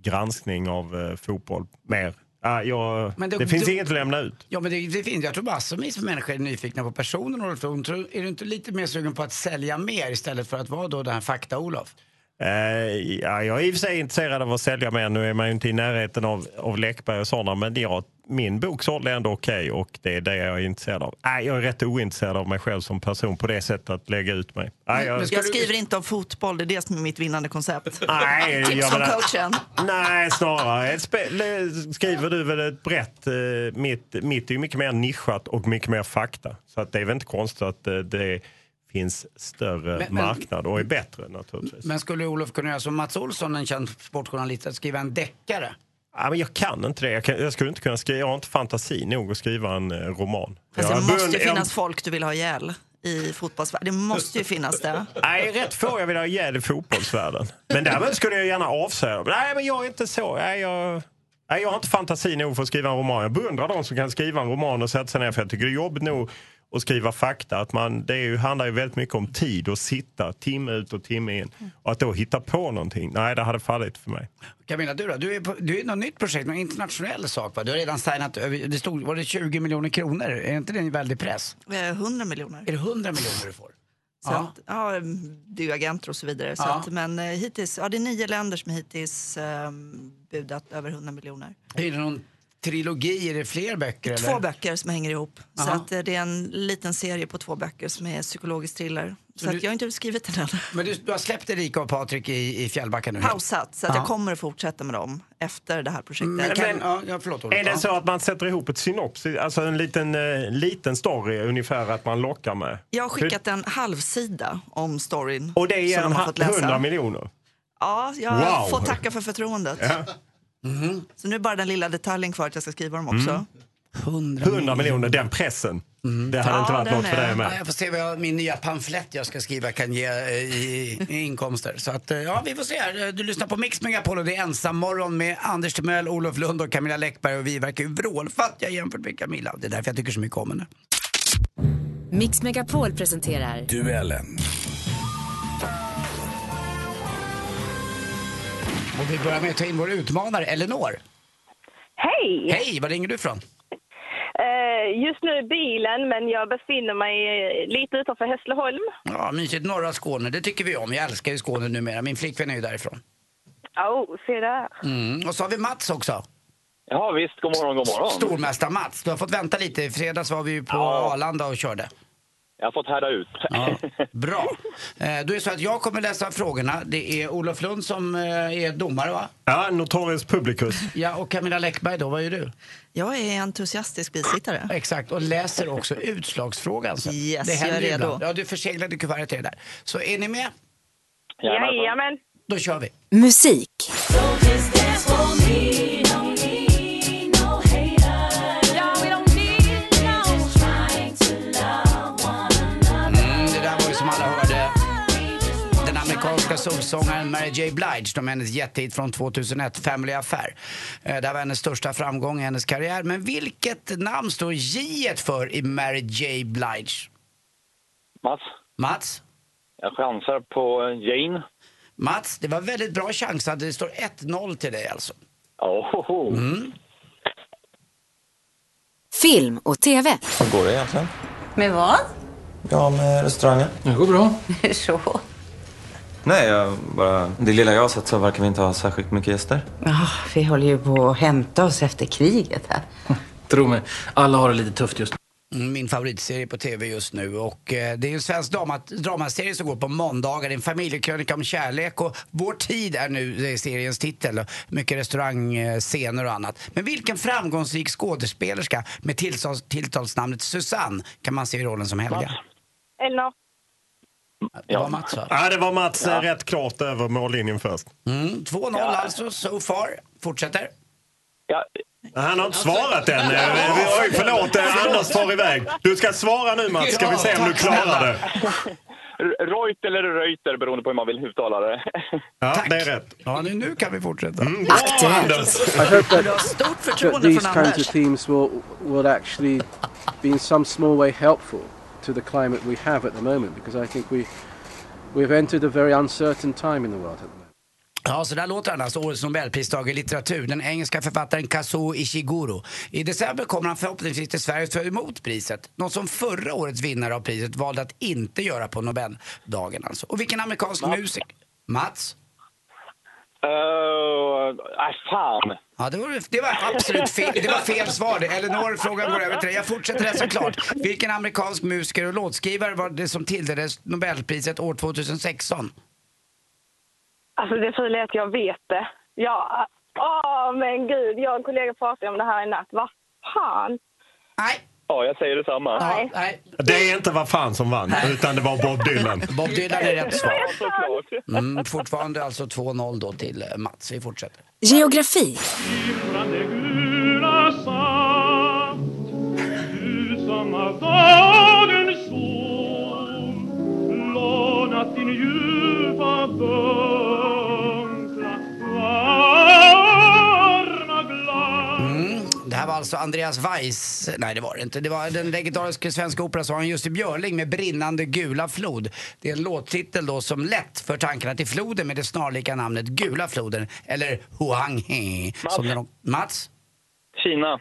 Speaker 3: granskning av eh, fotboll. Mer. Ah, jag,
Speaker 2: Men
Speaker 3: det,
Speaker 2: då-
Speaker 3: finns
Speaker 2: då-
Speaker 3: inget att lämna ut.
Speaker 2: Ja, men det, det finns. Jag tror massor av människor är nyfikna på personen Olof. Hon tror- Är du inte lite mer sugen på att sälja mer istället för att vara då den här fakta-Olof?
Speaker 3: Eh, ja, jag är i och för sig intresserad av att sälja mer. Nu är man ju inte i närheten av, av Läckberg och sådana. Men ja, min bok sålde ändå okej och det är det jag är intresserad av. Nej, jag är rätt ointresserad av mig själv som person på det sättet att lägga ut mig. Nej, jag,
Speaker 7: Jag skriver inte om fotboll, det är det som är mitt vinnande koncept.
Speaker 3: Nej, jag
Speaker 7: Tips från
Speaker 3: menar-
Speaker 7: coachen.
Speaker 3: Nej, snarare ett spe- le- skriver du väl ett brett... eh, Mitt, mitt är ju mycket mer nischat och mycket mer fakta. Så att det är väl inte konstigt att eh, det finns större
Speaker 2: Men- men-
Speaker 3: marknad och är bättre naturligtvis.
Speaker 2: Men skulle Olof kunna göra som Mats Olsson, en känd sportjournalist, att skriva en deckare?
Speaker 3: Ja, men jag kan inte det. Jag, kan, jag skulle inte kunna skriva. Jag har inte fantasi nog att skriva en eh, roman.
Speaker 7: Fast
Speaker 3: jag
Speaker 7: det
Speaker 3: har
Speaker 7: måste ju
Speaker 3: börjat-
Speaker 7: finnas folk du vill ha ihjäl i fotbollsvärlden. Det måste ju finnas det.
Speaker 3: Nej, rätt få jag vill ha ihjäl i fotbollsvärlden. Men däremot skulle jag gärna avsäga mig. Nej, men jag är inte så. Nej, jag... Nej, jag har inte fantasi nog för att skriva en roman. Jag beundrar de som kan skriva en roman och sätta sig ner. För jag tycker det är jobbigt nog att skriva fakta. Att man, det är ju, handlar ju väldigt mycket om tid och sitta timme ut och timme in. Och att då hitta på någonting. Nej, det hade fallit för mig.
Speaker 2: Camilla, du då? Du är, på, du är något nytt projekt, någon internationell sak va? Du har redan signat, över- det stod, var det 20 miljoner kronor? Är inte det en väldig press?
Speaker 7: Eh, 100 miljoner.
Speaker 2: Är det 100 miljoner du får?
Speaker 7: Så
Speaker 2: Ja.
Speaker 7: att, ja, det är ju agenter och så vidare. Så
Speaker 2: Ja.
Speaker 7: att, men eh, hittills, ja, det är nio länder som hittills eh, budat över 100 miljoner.
Speaker 2: Är det någon trilogi? Är det fler böcker?
Speaker 7: Två
Speaker 2: eller?
Speaker 7: böcker som hänger ihop. Så
Speaker 2: Aha.
Speaker 7: att, eh, det är en liten serie på två böcker som är psykologisk thriller. Så,
Speaker 2: du-
Speaker 7: att jag har inte skrivit den än.
Speaker 2: Men du, du har släppt Erika och Patrik i, i Fjällbacka nu?
Speaker 7: Pausat, så att
Speaker 2: Ja.
Speaker 7: jag kommer att fortsätta med dem efter det här projektet.
Speaker 2: Men kan, ja, ja, förlåt Olof.
Speaker 3: Är det
Speaker 2: Ja.
Speaker 3: så att man sätter ihop ett synopsis, alltså en liten, eh, liten story ungefär att man lockar med?
Speaker 7: Jag har skickat en halv sida om storyn
Speaker 3: Och det är
Speaker 7: som
Speaker 3: en
Speaker 7: de har
Speaker 3: ha-
Speaker 7: fått läsa.
Speaker 3: 100 miljoner?
Speaker 7: Ja, jag
Speaker 3: Wow.
Speaker 7: får tacka för förtroendet. Så nu är bara den lilla detaljen kvar att jag ska skriva dem också.
Speaker 2: Mm. 100
Speaker 3: 100 miljoner, den pressen. Det hade
Speaker 7: Mm. Ja,
Speaker 3: inte varit
Speaker 7: den
Speaker 3: något för
Speaker 7: är-
Speaker 3: dig
Speaker 2: Ja,
Speaker 3: med.
Speaker 2: jag får se vad jag, min nya pamflett jag ska skriva kan ge eh, i, i inkomster. Så att, eh, ja, vi får se. här. Eh, Du lyssnar på Mix Megapol och det är ensammorgon med Anders Timell, Olof Lund och Camilla Läckberg. Och vi verkar ju vrålfattiga jämfört med Camilla. Det är därför jag tycker så mycket om henne.
Speaker 9: Mix Megapol presenterar
Speaker 8: Duellen.
Speaker 2: Och vi börjar med att ta in vår utmanare Elinor.
Speaker 12: Hej!
Speaker 2: Hej, var ringer du ifrån?
Speaker 12: Eh, just nu i bilen, men jag befinner mig eh, lite utanför Hässleholm.
Speaker 2: Ja, mysigt. Norra Skåne, det tycker vi om. Jag älskar ju Skåne numera. Min flickvän är ju därifrån.
Speaker 12: Åh, se där.
Speaker 2: Mm. Och så har vi Mats också.
Speaker 5: Ja visst, god morgon, god morgon.
Speaker 2: Stormästare Mats. Du har fått vänta lite. I fredags var vi ju på Arlanda och körde.
Speaker 5: Jag har fått härda ut.
Speaker 2: Ja, bra. Eh, Då är det så att jag kommer läsa frågorna. Det är Olof Lund som eh, är domare, va?
Speaker 3: Ja, Notorius Publicus.
Speaker 2: Ja, och Camilla Läckberg då, vad är du?
Speaker 7: Jag är entusiastisk bisittare.
Speaker 2: Exakt, och läser också utslagsfrågan sen.
Speaker 7: Yes,
Speaker 2: Det händer
Speaker 7: jag är
Speaker 2: ju
Speaker 7: redo.
Speaker 2: ibland. Ja, du förseglade kuvertet till det där. Så är ni med?
Speaker 12: Jajamän.
Speaker 2: Då kör vi.
Speaker 9: musik.
Speaker 2: Mm, det där var ju som alla hörde. Den amerikanska soulsångaren Mary J. Blige, de är hennes jättehit från 2001, Family Affair. Eh, Det här var hennes största framgång i hennes karriär. Men vilket namn står J för i Mary J. Blige?
Speaker 5: Mats,
Speaker 2: Mats?
Speaker 5: jag chansar på eh, Jane.
Speaker 2: Mats, det var väldigt bra chansat. Det står 1-0 till dig alltså.
Speaker 5: Oh,
Speaker 9: Film och TV.
Speaker 13: Hur går det egentligen?
Speaker 14: Med vad?
Speaker 13: Ja, med restaurangen. Det går bra.
Speaker 14: Så.
Speaker 13: Nej, jag bara... Det lilla jag har sett så verkar vi inte ha särskilt mycket gäster.
Speaker 14: Ja, vi håller ju på att hämta oss efter kriget här.
Speaker 13: Tro mig, alla har det lite tufft just nu.
Speaker 2: Mm, Min favoritserie på tv just nu. Och eh, det är en svensk drama, dramaserie som går på måndagar. Det är en familjekrönika om kärlek. Och Vår tid är nu eh, seriens titel. Och Mycket restaurangscener och annat. Men vilken framgångsrik skådespelerska med tilltals, tilltalsnamnet Susanne kan man se i rollen som Helga?
Speaker 12: Elinor.
Speaker 2: Det var Mats va?
Speaker 3: Ja, det var Mats eh, rätt klart över mållinjen först.
Speaker 2: Mm, 2-0 alltså, so far. Fortsätter.
Speaker 3: Han har inte
Speaker 7: Alltså-
Speaker 3: svarat än. Eh, vi- Oj, förlåt. eh, Anders far iväg. Du ska svara nu Mats, ska vi se om du klarar det.
Speaker 15: Reut eller Reuter beroende på hur man vill uttala det.
Speaker 3: Ja, det är rätt.
Speaker 2: Ja, nu, nu kan vi fortsätta. Mm,
Speaker 15: bra, Anders.
Speaker 16: I hope that,
Speaker 7: Stort
Speaker 16: that
Speaker 7: förtroende
Speaker 16: these
Speaker 7: från
Speaker 16: kinds of
Speaker 7: Anders.
Speaker 16: themes will, will actually be in some small way helpful to the climate we have at the moment because I think we, we've entered a very uncertain time in the world at the moment.
Speaker 2: Ja, så där låter han alltså, årets nobelpristagare i litteratur, den engelska författaren Kazuo Ishiguro. I december kommer han förhoppningsvis till Sverige för att ta emot priset. Något som förra årets vinnare av priset valde att inte göra på Nobeldagen alltså. Och vilken amerikansk musiker? Mats?
Speaker 15: Uh, nej, fan.
Speaker 2: Ja, det var, det var absolut fel, det var fel svar. Elinor, frågan går över till dig. Jag fortsätter läsa klart. Vilken amerikansk musiker och låtskrivare var det som tilldelades Nobelpriset år 2016?
Speaker 12: Alltså det fula är att jag vet det. Ja, åh men gud, jag och en kollega pratade om det här i natt. Vad fan?
Speaker 15: Ja, jag säger detsamma.
Speaker 2: Nej. Nej.
Speaker 3: Det är inte vad fan som vann, utan det var Bob Dylan.
Speaker 2: Bob Dylan är rätt svar.
Speaker 15: såklart.
Speaker 2: Mm, fortfarande alltså 2-0 då till eh, Mats. Vi fortsätter.
Speaker 9: Geografi.
Speaker 2: Det här var alltså Andreas Weiss, nej det var det inte. Det var den legendariska svenska operasångaren Jussi Björling med Brinnande gula flod. Det är en låttitel då som lätt för tankarna till floden med det snarlika namnet Gula floden, eller Huang He. Som den, Mats?
Speaker 15: Kina.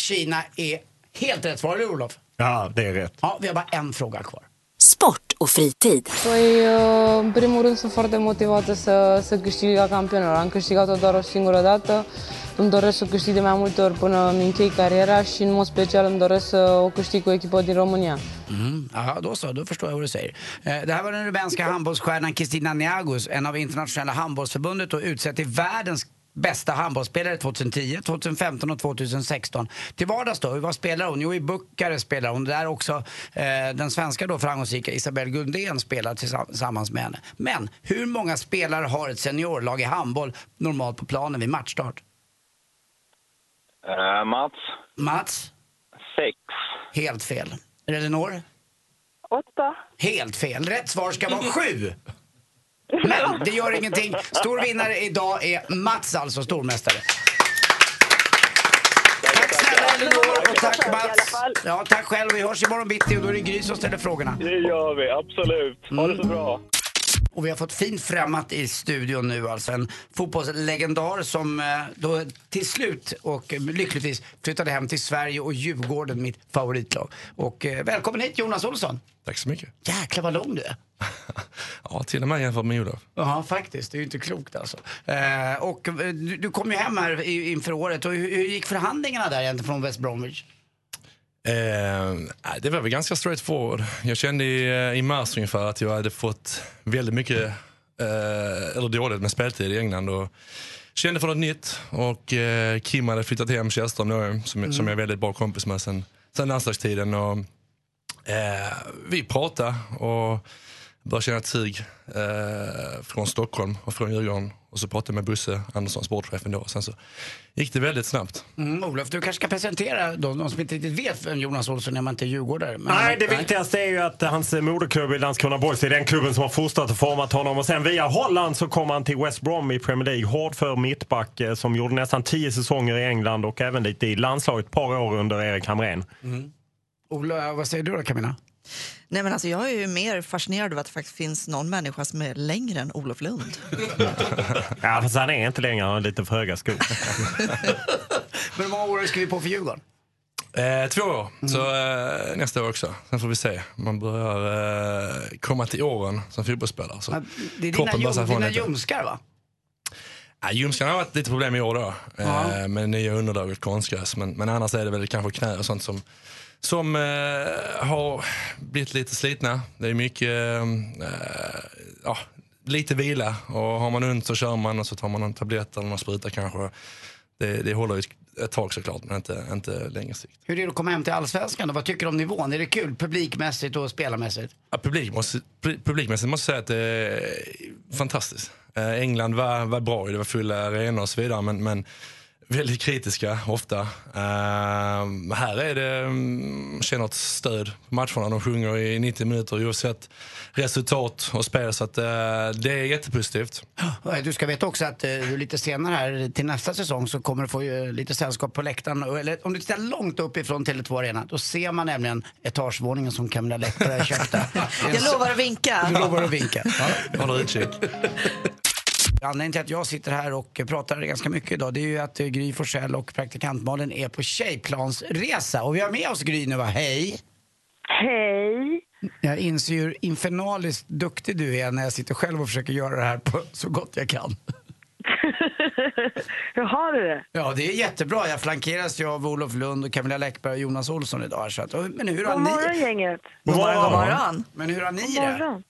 Speaker 2: Kina är helt rätt svar, eller Olof?
Speaker 3: Ja, det är rätt.
Speaker 2: Ja, vi har bara en fråga kvar.
Speaker 9: Sport och fritid.
Speaker 17: Păi, uh, în primul rând, sunt foarte motivată să, să câștig Liga Campionilor. Am câștigat-o doar o singură dată. Îmi doresc să o câștig de mai multe ori până îmi închei cariera și, în mod special, îmi doresc să o câștig cu o echipă din România.
Speaker 2: Mm, ja, då så, då förstår jag vad du säger. Eh, Det här var den rumänska handbollsstjärnan Kristina Niagos, en av internationella handbollsförbundet och utsedd till världens bästa handbollsspelare 2010, 2015 och 2016. Till vardags då, vad spelar hon? Jo, i Buckare spelar hon. Där också eh, den svenska då framgångsrika Isabelle Gundén spelar tillsamm- tillsammans med henne. Men hur många spelare har ett seniorlag i handboll normalt på planen vid matchstart?
Speaker 15: Eh, Mats.
Speaker 2: Mats?
Speaker 15: Sex.
Speaker 2: Helt fel. Elinor?
Speaker 12: Åtta.
Speaker 2: Helt fel. Rätt svar ska vara sju. Men det gör ingenting. Stor vinnare idag är Mats alltså, stormästare. Tack snälla Elinor och tack Mats. Ja, tack själv. Vi hörs imorgon bitti och då är det Gry som ställer frågorna. Mm.
Speaker 15: Det gör vi, absolut. Ha det så bra.
Speaker 2: Och vi har fått fint främmat i studion nu alltså. En fotbollslegendar som eh, då till slut och eh, lyckligtvis flyttade hem till Sverige och Djurgården, mitt favoritlag. Och eh, välkommen hit Jonas Olsson.
Speaker 10: Tack så mycket.
Speaker 2: Jäklar vad lång du är.
Speaker 10: Ja, till och med jämfört med Olof.
Speaker 2: Ja, faktiskt. Det är ju inte klokt alltså. Eh, och eh, du, du kom ju hem här i, inför året. Och hur, hur gick förhandlingarna där egentligen från West Bromwich?
Speaker 10: Eh, nej, det var väl ganska straightforward. Jag kände i, i mars ungefär att jag hade fått väldigt mycket, eh, eller dåligt med speltid i England. Och kände för något nytt och eh, Kim hade flyttat hem Kjellström då, som,
Speaker 18: Mm.
Speaker 10: som jag är väldigt bra kompis med sen, sen landslagstiden. Och, eh, vi pratade och började känna ett sug eh, från Stockholm och från Djurgården. Och så pratade jag med Bosse Andersson, sportchefen då. Och sen så gick det väldigt snabbt.
Speaker 2: Mm, Olof, du kanske ska presentera de, de som inte riktigt vet vem Jonas Olsson är, man inte är djurgårdare. Men-
Speaker 3: Nej, det viktigaste är ju att hans moderklubb i Landskrona BoIS är den klubben som har fostrat och format honom. Och sen via Holland så kom han till West Brom i Premier League. Hård för mittback eh, som gjorde nästan tio säsonger i England och även lite i landslaget ett par år under Erik Hamrén.
Speaker 2: Ola, vad säger du då Camilla?
Speaker 7: Nej, men alltså, jag är ju mer fascinerad över att det faktiskt finns någon människa som är längre än Olof Lund.
Speaker 3: Ja, fast han är inte längre, han har lite för höga skor.
Speaker 2: Men hur många år har du skrivit på för Djurgården?
Speaker 10: Eh, två år, så eh, nästa år också. Sen får vi se. Man börjar eh, komma till åren som fotbollsspelare. Så
Speaker 2: Ja, Det är dina,
Speaker 10: kroppen börjar säga
Speaker 2: ljum,
Speaker 10: ifrån
Speaker 2: dina
Speaker 10: lite.
Speaker 2: ljumskar va?
Speaker 10: Ja, ljumskarna har varit lite problem i år då. Eh, med nya underlaget konstgräs. Men, men annars är det väl kanske knä och sånt som, som eh, har blivit lite slitna. Det är mycket, eh, eh, ja, lite vila. Och har man ont så kör man och så tar man en tablett eller någon spruta kanske. Det, det håller ju ett tag såklart, men inte, inte längre sikt.
Speaker 2: Hur är det att komma hem till Allsvenskan då? Vad tycker du om nivån? Är det kul publikmässigt och spelarmässigt?
Speaker 10: Ja, publik måste, pri- publikmässigt måste jag säga att det är fantastiskt. Eh, England var, var bra, det var fulla arenor och så vidare, men, men väldigt kritiska ofta. Eh, här är det, mm, känner ett stöd på matcherna. De sjunger i 90 minuter oavsett resultat och spel, så att, eh, det är jättepositivt.
Speaker 2: Eh, Du ska veta också att eh, du lite senare här till nästa säsong så kommer du få eh, lite sällskap på läktaren. Och- Eller om du tittar långt uppifrån Tele2 Arena, då ser man nämligen etagevåningen som Camilla Läckberg har köpt där.
Speaker 7: Jag lovar att vinka.
Speaker 2: Du lovar att vinka.
Speaker 10: Jag håller utkik.
Speaker 2: Anledningen till att jag sitter här och pratar ganska mycket idag det är ju att eh, Gry Forssell och praktikant Malin är på tjejplansresa. Och vi har med oss Gry nu va? Hej!
Speaker 12: Hej!
Speaker 2: Jag inser ju hur infernaliskt duktig du är när jag sitter själv och försöker göra det här på så gott jag kan.
Speaker 12: Hur har du det?
Speaker 2: Ja, det är jättebra. Jag flankeras ju av Olof Lund och Camilla Läckberg och Jonas Olsson idag. här, Så att, men hur har
Speaker 12: God
Speaker 2: ni...
Speaker 12: morgon, gänget.
Speaker 2: God morgon.
Speaker 12: God morgon.
Speaker 2: Men hur har ni
Speaker 12: God
Speaker 2: det?
Speaker 12: morgon.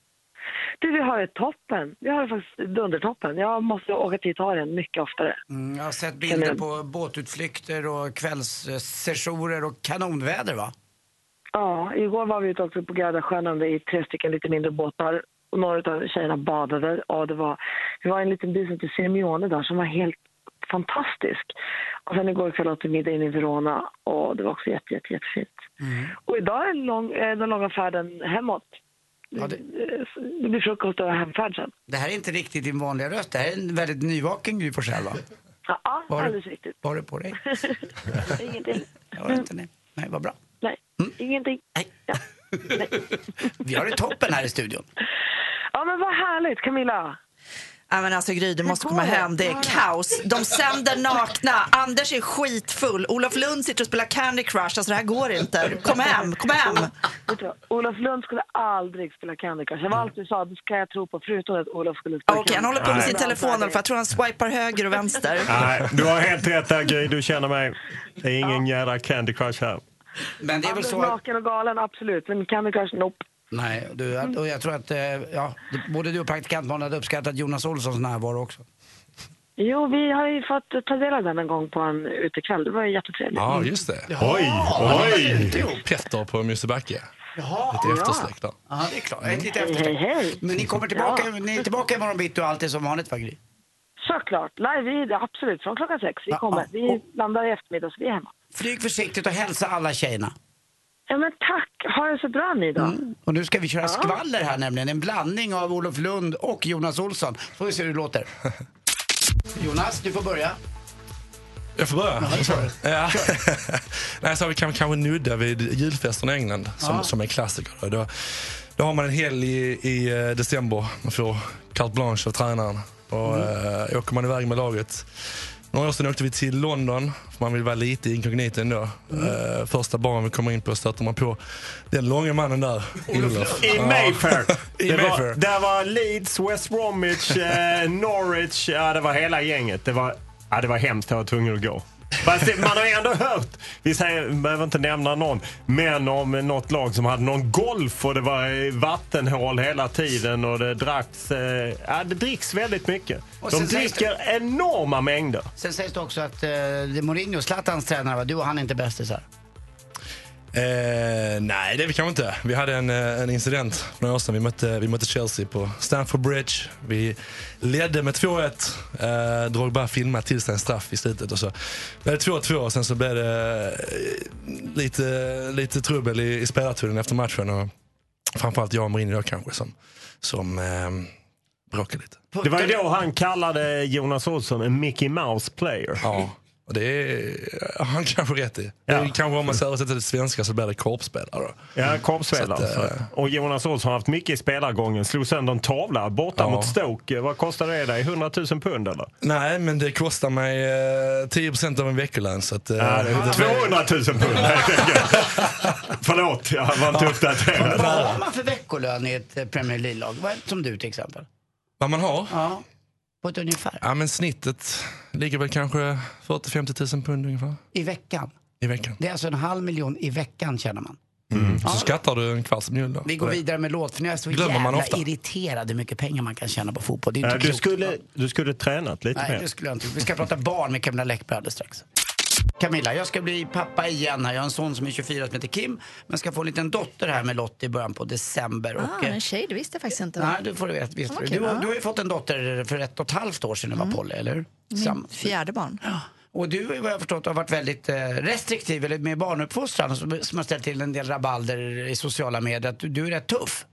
Speaker 12: Du, vi har det toppen. Vi har det faktiskt dundertoppen. Jag måste åka till Italien mycket oftare.
Speaker 2: Mm, jag har sett bilder
Speaker 12: Kanon.
Speaker 2: på båtutflykter och kvällssessioner och kanonväder va?
Speaker 12: Ja, igår var vi ute också på Gardasjön i tre stycken lite mindre båtar. Och några av tjejerna badade och det var, det var en liten by som hette Sirmione där som var helt fantastisk. Och sen igår kväll åt vi middag in i Verona och det var också jätte, jätte, jättefint. Och idag är den, lång, eh, den långa färden hemåt. det... blir frukost och hemfärd sen.
Speaker 2: Det här är inte riktigt din vanliga röst. Det här är en väldigt nyvaken Gry Forssell va?
Speaker 12: Ja,
Speaker 2: Var-
Speaker 12: alldeles riktigt.
Speaker 2: Vad har du på dig?
Speaker 12: Ingenting.
Speaker 2: Jag har inte det. Nej, vad bra.
Speaker 12: Nej,
Speaker 2: Mm.
Speaker 12: ingenting.
Speaker 2: Vi har det toppen här i studion.
Speaker 12: Ja, men vad härligt, Camilla.
Speaker 7: Ja, men alltså Gry, du måste komma hem. Det är kaos. De sänder nakna. Anders är skitfull. Olof Lund sitter och spelar Candy Crush. Alltså det här går inte. Kom hem, kom hem.
Speaker 12: Vet du vad? Olof Lund skulle aldrig spela Candy Crush. Det var allt du sa, det ska jag tro på, förutom att Olof skulle spela
Speaker 7: Okej, han håller på med sin
Speaker 12: Crush.
Speaker 7: telefon i alla fall. Jag tror han swipar höger och vänster.
Speaker 3: Nej, du har helt rätt där Gry, du känner mig. Det är ingen jädra Candy Crush här.
Speaker 2: Men det är väl
Speaker 12: Anders
Speaker 2: så att...
Speaker 12: Naken och galen, absolut. Men Candy Crush, nope.
Speaker 2: Nej, du, och jag tror att eh, ja, både du och praktikant Malin hade uppskattat Jonas Olssons närvaro också.
Speaker 12: Jo, vi har ju fått ta del av den en gång på en utekväll. Det var ju jättetrevligt.
Speaker 10: Ja, just det.
Speaker 2: Oj, oj.
Speaker 10: Petter på Musebacke.
Speaker 2: Jaha,
Speaker 10: Lite eftersläck där.
Speaker 2: Ja, det är klart. Ett litet
Speaker 12: Hej,
Speaker 2: eftersläck.
Speaker 12: hej, hej.
Speaker 2: Men ni kommer tillbaka, ni är tillbaka imorgon bitti och allt är som vanligt va Gry?
Speaker 12: Såklart, live vi är det, absolut från klockan sex. Vi
Speaker 2: Ja,
Speaker 12: kommer.
Speaker 2: ja.
Speaker 12: Vi landar i eftermiddag så vi är hemma.
Speaker 2: Flyg försiktigt och hälsa alla tjejerna.
Speaker 12: Ja, men tack. Ha det så bra ni då.
Speaker 7: Mm,
Speaker 2: Och nu ska vi köra skvaller här nämligen. En blandning av Olof Lund och Jonas Olsson. Får vi se hur det låter. Jonas, du får börja.
Speaker 10: Jag får börja? Ja. Nej, så vi kan kanske nudda vid julfesten i England som,
Speaker 2: Ja.
Speaker 10: som är en klassiker. Då. Då, då har man en helg i, i eh, december. Man får carte blanche av tränaren. Och, eh, åker man iväg med laget. Några år sedan åkte vi till London, för man vill vara lite inkognito ändå. Eh, första baren vi kommer in på stöter man på den långa mannen där, Olof.
Speaker 3: I
Speaker 10: Ja.
Speaker 3: Mayfair.
Speaker 10: I
Speaker 3: Det var-
Speaker 10: Mayfair.
Speaker 3: Där var Leeds, West Bromwich, eh, Norwich. Ja, det var hela gänget. Det var, ja, det var hemskt. Jag var tvungen att gå. Fast det- man har ju ändå hört, vi säger, behöver inte nämna någon, men om något lag som hade någon golf och det var eh, vattenhål hela tiden och det dracks, eh, ja, det dricks väldigt mycket.
Speaker 2: Och
Speaker 3: De
Speaker 2: sen sägs
Speaker 3: dricker enorma mängder.
Speaker 2: Sen sägs det också att eh, det är Mourinho, Zlatans tränare, va? du och han är inte bästisar.
Speaker 10: Eh, nej, det är vi kanske inte. Vi hade en, eh, en incident för några år sedan. Vi mötte, vi mötte Chelsea på Stamford Bridge. Vi ledde med 2-1. Eh, Drogba filmade till sig en straff i slutet. Och så blev det 2-2 och sen så blev det eh, lite, lite trubbel i, i spelarturen efter matchen. Och framförallt jag och Mourinho då kanske som, som eh, bråkade lite.
Speaker 3: Det var ju då han kallade Jonas Olsson en Mickey Mouse player.
Speaker 10: Ja, och det är, han kanske rätt i. Det är kanske om man ska översätta till svenska så blir det korpspelare. då.
Speaker 3: Ja, korpspelare.
Speaker 10: Så att, eh,
Speaker 3: så. Och Jonas Olsson har haft mycket i spelargången. Slog sönder en tavla borta
Speaker 10: Ja.
Speaker 3: mot Stoke. Vad kostade det dig? 100 000 pund eller?
Speaker 10: Nej, men det kostar mig eh, 10 av en veckolön. Så att, eh,
Speaker 3: Ja, det är 200 000 pund helt enkelt. Förlåt, jag var inte uppdaterad.
Speaker 2: Vad har man för veckolön i ett eh, Premier League-lag? Vad är det Som du till exempel.
Speaker 10: Vad man har?
Speaker 2: Ja, på ett ungefär.
Speaker 10: Ja, men snittet ligger väl kanske 40-50 000 pund ungefär
Speaker 2: I veckan.
Speaker 10: i veckan.
Speaker 2: Det är alltså en halv miljon i veckan känner man.
Speaker 10: Så skattar du en kvarts miljon då.
Speaker 2: Vi går vidare med låt, för nu är jag så
Speaker 10: Glömmer man
Speaker 2: jävla
Speaker 10: ofta.
Speaker 2: irriterad hur mycket pengar man kan tjäna på fotboll. Det är inte
Speaker 3: Ja, Eh, Du
Speaker 2: klokt.
Speaker 3: skulle, du skulle tränat lite
Speaker 2: Nej,
Speaker 3: mer.
Speaker 2: det skulle jag inte. Vi ska prata barn med Camilla Läckberg alldeles strax. Camilla, jag ska bli pappa igen här. Jag har en son som är 24 som heter Kim. Men ska få en liten dotter här med Lottie i början på december.
Speaker 7: Ah,
Speaker 2: och, eh,
Speaker 7: en tjej, det visste jag faktiskt inte.
Speaker 2: Nej, du får du veta. Visst
Speaker 7: Ja,
Speaker 2: du.
Speaker 7: vad kul,
Speaker 2: Du, har-
Speaker 7: ja.
Speaker 2: du har ju fått en dotter för ett och ett halvt år sedan, mm. var Polly, eller hur? Sam-
Speaker 7: Min fjärde barn.
Speaker 2: Och du, vad jag har förstått, har varit väldigt eh, restriktiv eller med barnuppfostran som, som har ställt till en del rabalder i sociala medier. Att du, du är rätt tuff.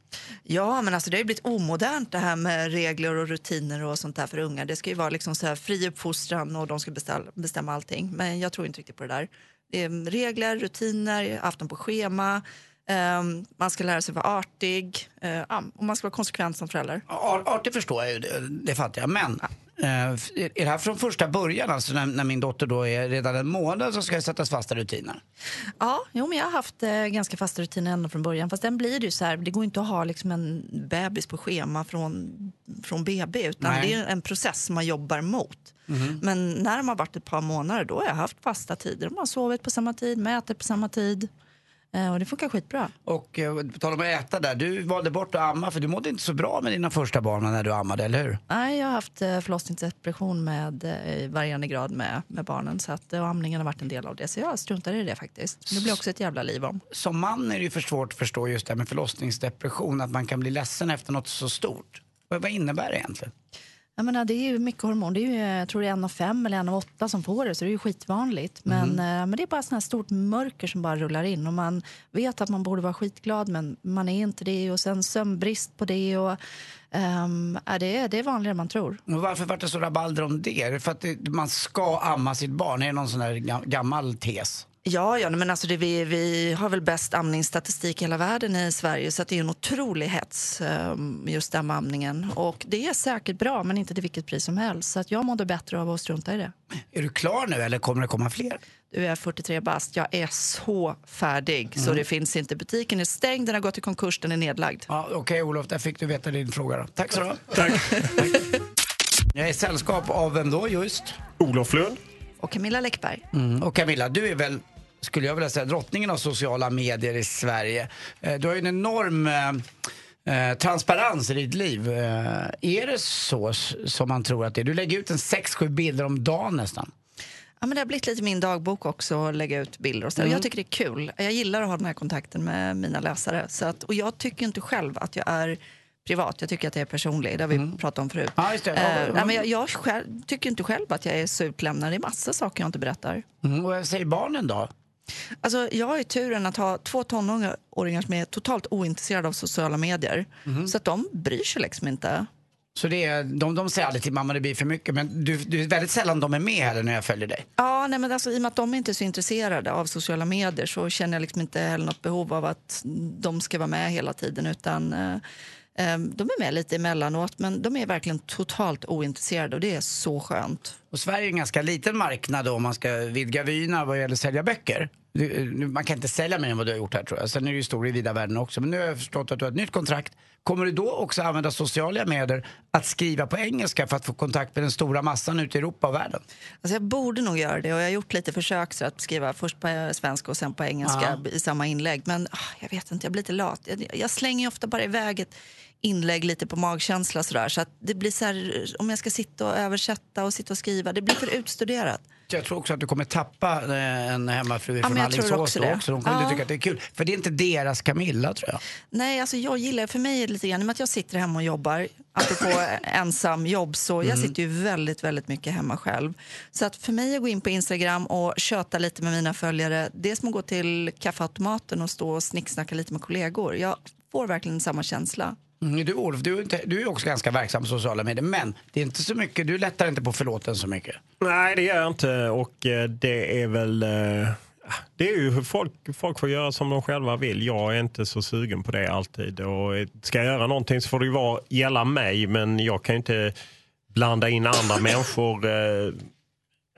Speaker 7: Ja, men alltså det har ju blivit omodernt det här med regler och rutiner och sånt där för unga. Det ska ju vara liksom så här fri uppfostran och de ska beställa, bestämma allting. Men jag tror inte riktigt på det där. Det är mm, regler, rutiner, afton på schema. ehm, man ska lära sig vara artig eh, ja, och man ska vara konsekvent som förälder.
Speaker 2: Ar- artig förstår jag ju, det, det fattar jag. Men eh, f- är det här från första början, alltså när, när min dotter då är redan en månad så ska det sättas fasta rutiner?
Speaker 7: Ja, jo, men jag har haft eh, ganska fasta rutiner ända från början. Fast den blir det ju så här, det går inte att ha liksom en bebis på schema från, från BB utan
Speaker 18: Nej.
Speaker 7: det är en process man jobbar mot. Men när de har varit ett par månader då har jag haft fasta tider. De har sovit på samma tid, mätit på samma tid. Eh, och det funkar skitbra.
Speaker 2: Och eh, på tal om att äta där, du valde bort att amma för du mådde inte så bra med dina första barn när du ammade, eller hur?
Speaker 7: Nej, jag har haft eh, förlossningsdepression med, eh, i varierande grad med, med barnen så att, eh, och amningen har varit en del av det. Så jag struntar i det faktiskt. Det blir också ett jävla liv om.
Speaker 2: Som man är det ju för svårt att förstå just det här med förlossningsdepression, att man kan bli ledsen efter något så stort. Vad, vad innebär det egentligen?
Speaker 7: Jag menar, det är ju mycket hormon. Det är ju, jag tror det är en av fem eller en av åtta som får det, så det är ju skitvanligt. Men,
Speaker 18: Mhm.
Speaker 7: eh, men det är bara sånt här stort mörker som bara rullar in. Och man vet att man borde vara skitglad, men man är inte det. Och sen sömnbrist på det. Och, ehm, ja, det, är- det är vanligare än man tror.
Speaker 2: Och varför vart det så rabalder om det? Är det för att det, man ska amma sitt barn? Är det någon sån där ga- gammal tes?
Speaker 7: Ja, ja men alltså det, vi, vi har väl bäst amningsstatistik i hela världen i Sverige så att det är en otrolig hets, ehm, just den med amningen. Och det är säkert bra, men inte till vilket pris som helst. Så att jag mådde bättre av att strunta i det.
Speaker 2: Är du klar nu eller kommer det komma fler?
Speaker 7: Du är 43 bast, jag är så färdig så
Speaker 2: Mm.
Speaker 7: det finns inte. Butiken är stängd, den har gått i konkurs, den är nedlagd.
Speaker 2: Ja, Okej Olof, där fick du veta din fråga då. Tack så du ha. Jag är i sällskap av vem då just?
Speaker 3: Olof Lund.
Speaker 7: Och Camilla Läckberg.
Speaker 2: Mm. Och Camilla, du är väl, skulle jag vilja säga, drottningen av sociala medier i Sverige. Eh, Du har ju en enorm eh, eh, transparens i ditt liv. Eh, är det så s- som man tror att det är? Du lägger ut en 6-7 bilder om dagen nästan.
Speaker 7: Ja, men det har blivit lite min dagbok också, att lägga ut bilder och så. där. Och
Speaker 2: Mm.
Speaker 7: Jag tycker det är kul. Jag gillar att ha den här kontakten med mina läsare. Så att, och jag tycker inte själv att jag är privat, jag tycker att jag är personlig. Det har vi pratat om förut.
Speaker 2: Mm. Ja, just det. Ja,
Speaker 7: Eh,
Speaker 2: ja.
Speaker 7: nej, men jag jag själv, tycker inte själv att jag är så utlämnad. Det är massa saker jag inte berättar.
Speaker 2: Mm. Och vad säger barnen då?
Speaker 7: Alltså, jag har ju turen att ha två tonåringar som är totalt ointresserade av sociala medier. Så att de bryr sig liksom inte.
Speaker 2: Så det är, de, de säger aldrig till mamma det blir för mycket, men du, du är väldigt sällan de är med heller när jag följer dig.
Speaker 7: Ja, nej, men alltså, I och med att de inte är så intresserade av sociala medier så känner jag liksom inte heller något behov av att de ska vara med hela tiden. Utan, eh, eh, de är med lite emellanåt, men de är verkligen totalt ointresserade och det är så skönt.
Speaker 2: Och Sverige är en ganska liten marknad då, om man ska vidga vyerna vad gäller sälja böcker. Du, nu- man kan inte sälja mer än vad du har gjort här tror jag. Sen är det ju stor i vida världen också. Men nu har jag förstått att du har ett nytt kontrakt. Kommer du då också använda sociala medier att skriva på engelska för att få kontakt med den stora massan ute i Europa och världen?
Speaker 7: Alltså, jag borde nog göra det och jag har gjort lite försök så att skriva först på eh, svenska och sen på engelska i samma inlägg. Men ah, jag vet inte, jag blir lite lat. Jag, jag slänger ju ofta bara iväg ett inlägg lite på magkänsla sådär. Så att det blir så här, om jag ska sitta och översätta och sitta och skriva, det blir för utstuderat.
Speaker 2: Jag tror också att du kommer tappa eh, en hemmafru
Speaker 7: Ja,
Speaker 2: från
Speaker 7: men jag tror
Speaker 2: Alingsås
Speaker 7: också
Speaker 2: då
Speaker 7: det.
Speaker 2: också. De kommer inte
Speaker 7: Ja.
Speaker 2: tycka att det är kul. För det är inte deras Camilla tror jag.
Speaker 7: Nej, alltså jag gillar, för mig är det lite grann, i och med att jag sitter hemma och jobbar, apropå ensam jobb, så jag
Speaker 18: Mm.
Speaker 7: sitter ju väldigt, väldigt mycket hemma själv. Så att för mig att gå in på Instagram och köta lite med mina följare, det är som att gå till kaffeautomaten och stå och snicksnacka lite med kollegor. Jag får verkligen samma känsla.
Speaker 2: Mm, du Olof, du är, inte, du är också ganska verksam på sociala medier. Men det är inte så mycket, du lättar inte på förlåten så mycket.
Speaker 3: Nej, det gör jag inte. Och eh, det är väl... eh, Det är ju hur folk, folk får göra som de själva vill. Jag är inte så sugen på det alltid. Och eh, ska jag göra någonting så får det ju vara, gälla mig, men jag kan ju inte blanda in andra människor. eh,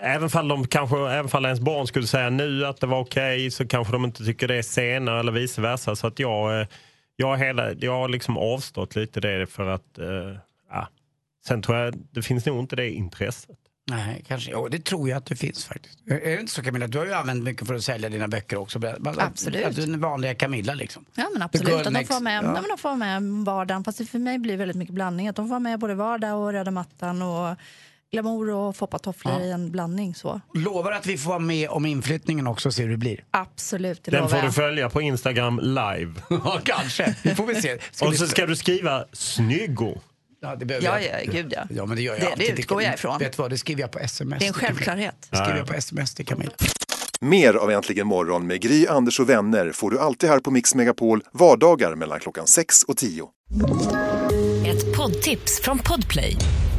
Speaker 3: Även fall, de kanske, även fall ens barn skulle säga nu att det var okej så kanske de inte tycker det senare eller vice versa. Så att jag, eh, jag, har hela, jag har liksom avstått lite det för att... eh, ja. Sen tror jag, det finns nog inte det intresset.
Speaker 2: Nej, kanske. Jo, det tror jag att det finns faktiskt. Är är det inte så Camilla? Du har ju använt mycket för att sälja dina böcker också. Bara-
Speaker 7: Absolut.
Speaker 2: Att du är den vanliga Camilla liksom.
Speaker 7: Ja men
Speaker 2: The
Speaker 7: absolut,
Speaker 2: girl
Speaker 7: att de
Speaker 2: next-
Speaker 7: får, vara med,
Speaker 2: ja.
Speaker 7: ja. men de får vara med om vardagen. Fast det för mig blir väldigt mycket blandning. Att de får vara med både vardag och röda mattan och glamour och foppatofflor i en blandning så.
Speaker 2: Lovar att vi får vara med om inflyttningen också och se hur det blir.
Speaker 7: Absolut, det
Speaker 3: Den
Speaker 7: lovar
Speaker 3: får du
Speaker 7: jag.
Speaker 3: följa på Instagram live.
Speaker 2: Ja, kanske. Det får vi se. Ska
Speaker 3: och
Speaker 2: vi-
Speaker 3: så ska du skriva snyggo.
Speaker 2: Ja, det behöver
Speaker 7: Ja,
Speaker 2: jag.
Speaker 7: ja, gud, ja.
Speaker 2: men det gör jag
Speaker 7: Det- det
Speaker 2: alltid.
Speaker 7: utgår jag ifrån.
Speaker 2: Vet du vad, det skriver jag på sms.
Speaker 7: Det är en
Speaker 2: till Camilla.
Speaker 7: självklarhet.
Speaker 2: Det skriver
Speaker 8: Ja, ja.
Speaker 2: jag på sms till Camilla.
Speaker 8: Mer av Äntligen morgon med Gry, Anders och vänner får du alltid här på Mix Megapol vardagar mellan klockan 6 och 10.
Speaker 12: Ett poddtips från Podplay.